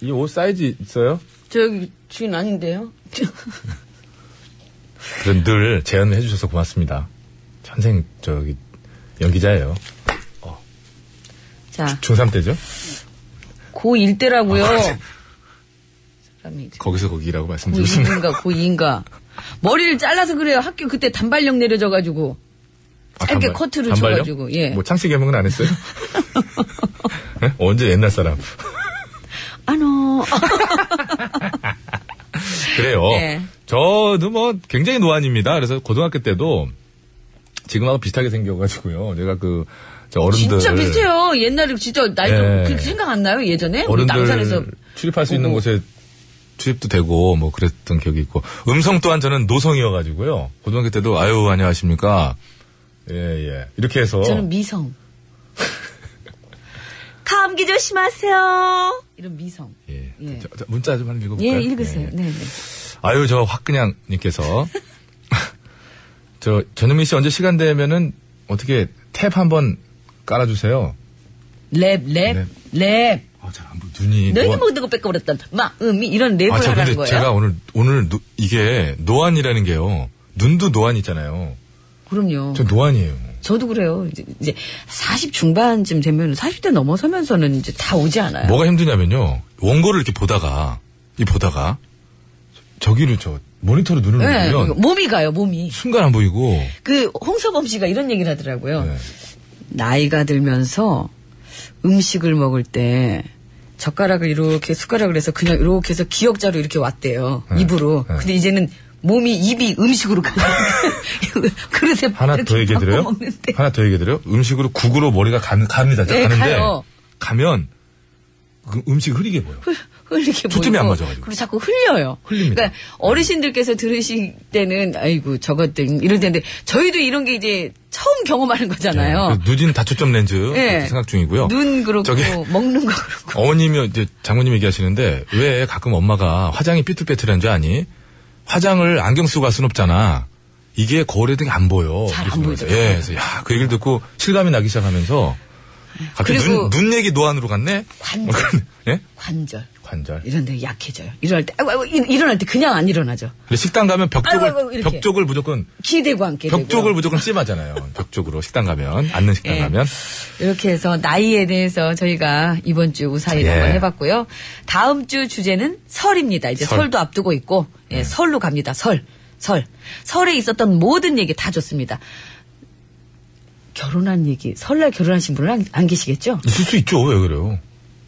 이 옷 사이즈 있어요?
저 여기 주인 아닌데요?
그럼 늘 재연을 해주셔서 고맙습니다. 현생 저기 연기자예요.
자,
중3 때죠?
고1 때라고요.
아,
사람이
거기서 거기라고
뭐
말씀드리시면
고1인가 고2인가. 머리를 잘라서 그래요. 학교 그때 단발력 내려져가지고. 짧게 커트를 줘가지고, 예.
아, 뭐 창씨 개명은 안 했어요? 예? 언제 옛날 사람?
아노.
그래요.
예.
저도 뭐 굉장히 노안입니다. 그래서 고등학교 때도 지금하고 비슷하게 생겨가지고요. 제가 그, 저 어른들.
진짜 비슷해요. 옛날에 진짜 나이 좀
예.
그렇게 생각 안 나요? 예전에? 우리 뭐 남산에서.
어른들 출입할 수 있는 곳에 출입도 되고 뭐 그랬던 기억이 있고 음성 또한 저는 노성이어가지고요 고등학교 때도 아유 안녕하십니까 예예 이렇게 해서
저는 미성. 감기 조심하세요. 이런 미성.
예.
예.
저- 저 문자 좀 한번
예,
읽어볼까요?
읽으세요.
예.
네. 네.
아유 저 화끈양님께서 저 전현민 씨 언제 시간 되면은 어떻게 탭 한번 깔아주세요.
랩, 랩, 랩.
아잘안 보. 눈이
너희는
노안-
먹는 거 뺏고 버렸던 마음이 이런 랩을 뭐
아, 저
네 하라는
근데
거예요.
제가 오늘 오늘 노- 이게 노안이라는 게요. 눈도 노안 있잖아요.
그럼요.
저 노안이에요.
저도 그래요. 이제, 이제 40 중반쯤 되면 40대 넘어서면서는 이제 다 오지 않아요.
뭐가 힘드냐면요. 원고를 이렇게 보다가, 이 보다가, 저- 저기를 저, 모니터로 눈을
네,
올리면,
몸이 가요, 몸이.
순간 안 보이고,
그 홍서범 씨가 이런 얘기를 하더라고요.
네.
나이가 들면서 음식을 먹을 때 젓가락을 이렇게 숟가락을 해서 그냥 이렇게 해서 기억자로 이렇게 왔대요. 입으로.
네.
근데 이제는 몸이 입이 음식으로 가. 그릇에
하나 더
이렇게
얘기해 드려요?
담고 먹는데.
하나 더 얘기해 드려요? 음식으로 국으로 머리가 가, 갑니다.
네,
가는데,
가요.
가면, 그 음식 흐리게 보여.
흘리게
초점이
보이고
안 맞아가지고.
그리고 자꾸 흘려요.
흘립니다.
그러니까 어르신들께서 들으실 때는 아이고 저것들 이럴 텐데 저희도 이런 게 이제 처음 경험하는 거잖아요.
네,
예. 네.
그래서 누진 다초점 렌즈 이렇게 생각 중이고요.
눈 그렇고
저기-
먹는 거 그렇고.
어머님이 이제 장모님 얘기하시는데 왜 가끔 엄마가 화장이 삐뚤빼뚤한 줄 아니? 화장을 안경 쓰고 갈 순 없잖아. 이게 거울에 되게 안 보여.
잘안 보이죠.
그래서 예, 그래서 야, 그 얘기를 듣고 실감이 나기 시작하면서 갑자기
그리고-
눈, 눈 얘기 노안으로 갔네?
관절.
예?
관절
관절.
이런 데 약해져요. 일어날 때 아이고, 아이고, 일- 일어날 때 그냥 안 일어나죠.
근데 식당 가면 벽 쪽을,
아이고, 아이고, 이렇게. 예, 네,
벽 쪽을 무조건,
기대고 함께
벽 쪽을 무조건 찜하잖아요. 벽 쪽으로 식당 가면, 앉는 식당
예.
가면.
이렇게 해서 나이에 대해서 저희가 이번 주 우사히
예.
한번 해봤고요. 다음 주 주제는 설입니다. 이제
설. 음.
설. 도 앞두고 있고 예, 설로 갑니다. 설, 설, 설에 있었던 모든 얘기 다 좋습니다. 결혼한 얘기 설날 결혼하신 분은 안, 안 계시겠죠?
있을 수 있죠. 왜 그래요?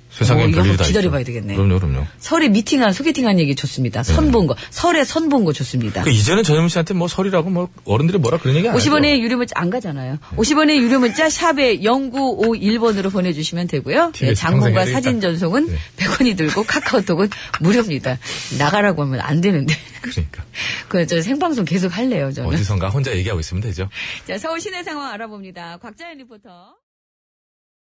세상에
어, 이거
별일이
한번
다 있죠.
기다려봐야 되겠네.
그럼요, 그럼요.
설에 미팅한 소개팅한 얘기 좋습니다.
네.
선 본 거, 설에 선 본 거 좋습니다.
그 이제는 전현무 씨한테 뭐 설이라고 뭐 아, 어른들이 뭐라 그런
아,
얘기 안 하죠.
50원의 유료 문자 안 가잖아요. 50원의 유료 문자 샵에 0951번으로 보내주시면 되고요.
TBS
예, 장문과
네, 평생 해야
사진
되겠다.
전송은
네.
100원이 들고 카카오톡은 무료입니다. 나가라고 하면 안 되는데.
그러니까.
그저 생방송 계속
그
할래요, 저는.
어디선가 혼자 얘기하고 있으면 되죠.
자, 서울 시내 상황 알아봅니다. 곽자연 리포터.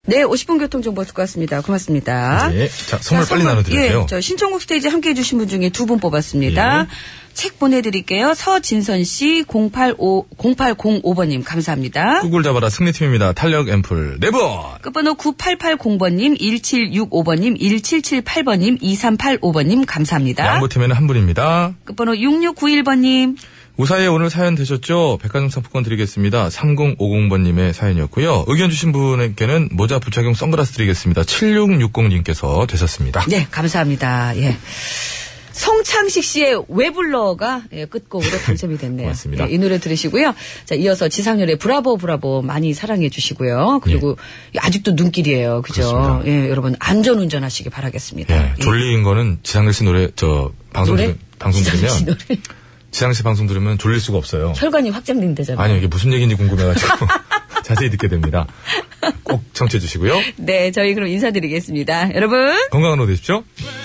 네, 50분 교통정보 듣고 왔습니다. 고맙습니다.
네, 자, 선물 빨리 나눠드릴게요.
아?
예.
예, 저 신청곡 스테이지 함께 해주신 분 중에 두 분 뽑았습니다. 책 보내드릴게요. 서진선 씨, 085, 0805번님, 감사합니다.
구글 잡아라 승리팀입니다. 탄력 앰플 네 분.
끝번호 9880번님, 1765번님, 1778번님, 2385번님, 감사합니다.
양보팀에는 한 분입니다.
끝번호 6691번님,
우사에 오늘 사연 되셨죠? 백화점 상품권 드리겠습니다. 3050번님의 사연이었고요. 의견 주신 분에게는 모자 부착용 선글라스 드리겠습니다. 7660님께서 되셨습니다.
네, 감사합니다. 예. 성창식 씨의 왜 불러가 예, 끝곡으로 당첨이 됐네요.
고맙습니다.
예, 이 노래 들으시고요. 자, 이어서 지상렬의 브라보 브라보 많이 사랑해 주시고요. 그리고 아직도 눈길이에요. 그죠?
예. 그렇습니다.
예, 여러분 안전 운전하시기 바라겠습니다.
예, 졸린 거는 지상렬 씨 노래 저 방송
네. 노래?
들, 방송
지상렬 씨
들으면 어.
노래.
지상렬 씨 방송 들으면 졸릴 수가 없어요.
혈관이 확장된다잖아요.
네. 아니요, 이게 무슨 얘기인지 궁금해가지고 자세히 듣게 됩니다. 꼭 청취해 주시고요.
네, 저희 그럼 인사드리겠습니다. 여러분
건강한 오후 되십시오.
Where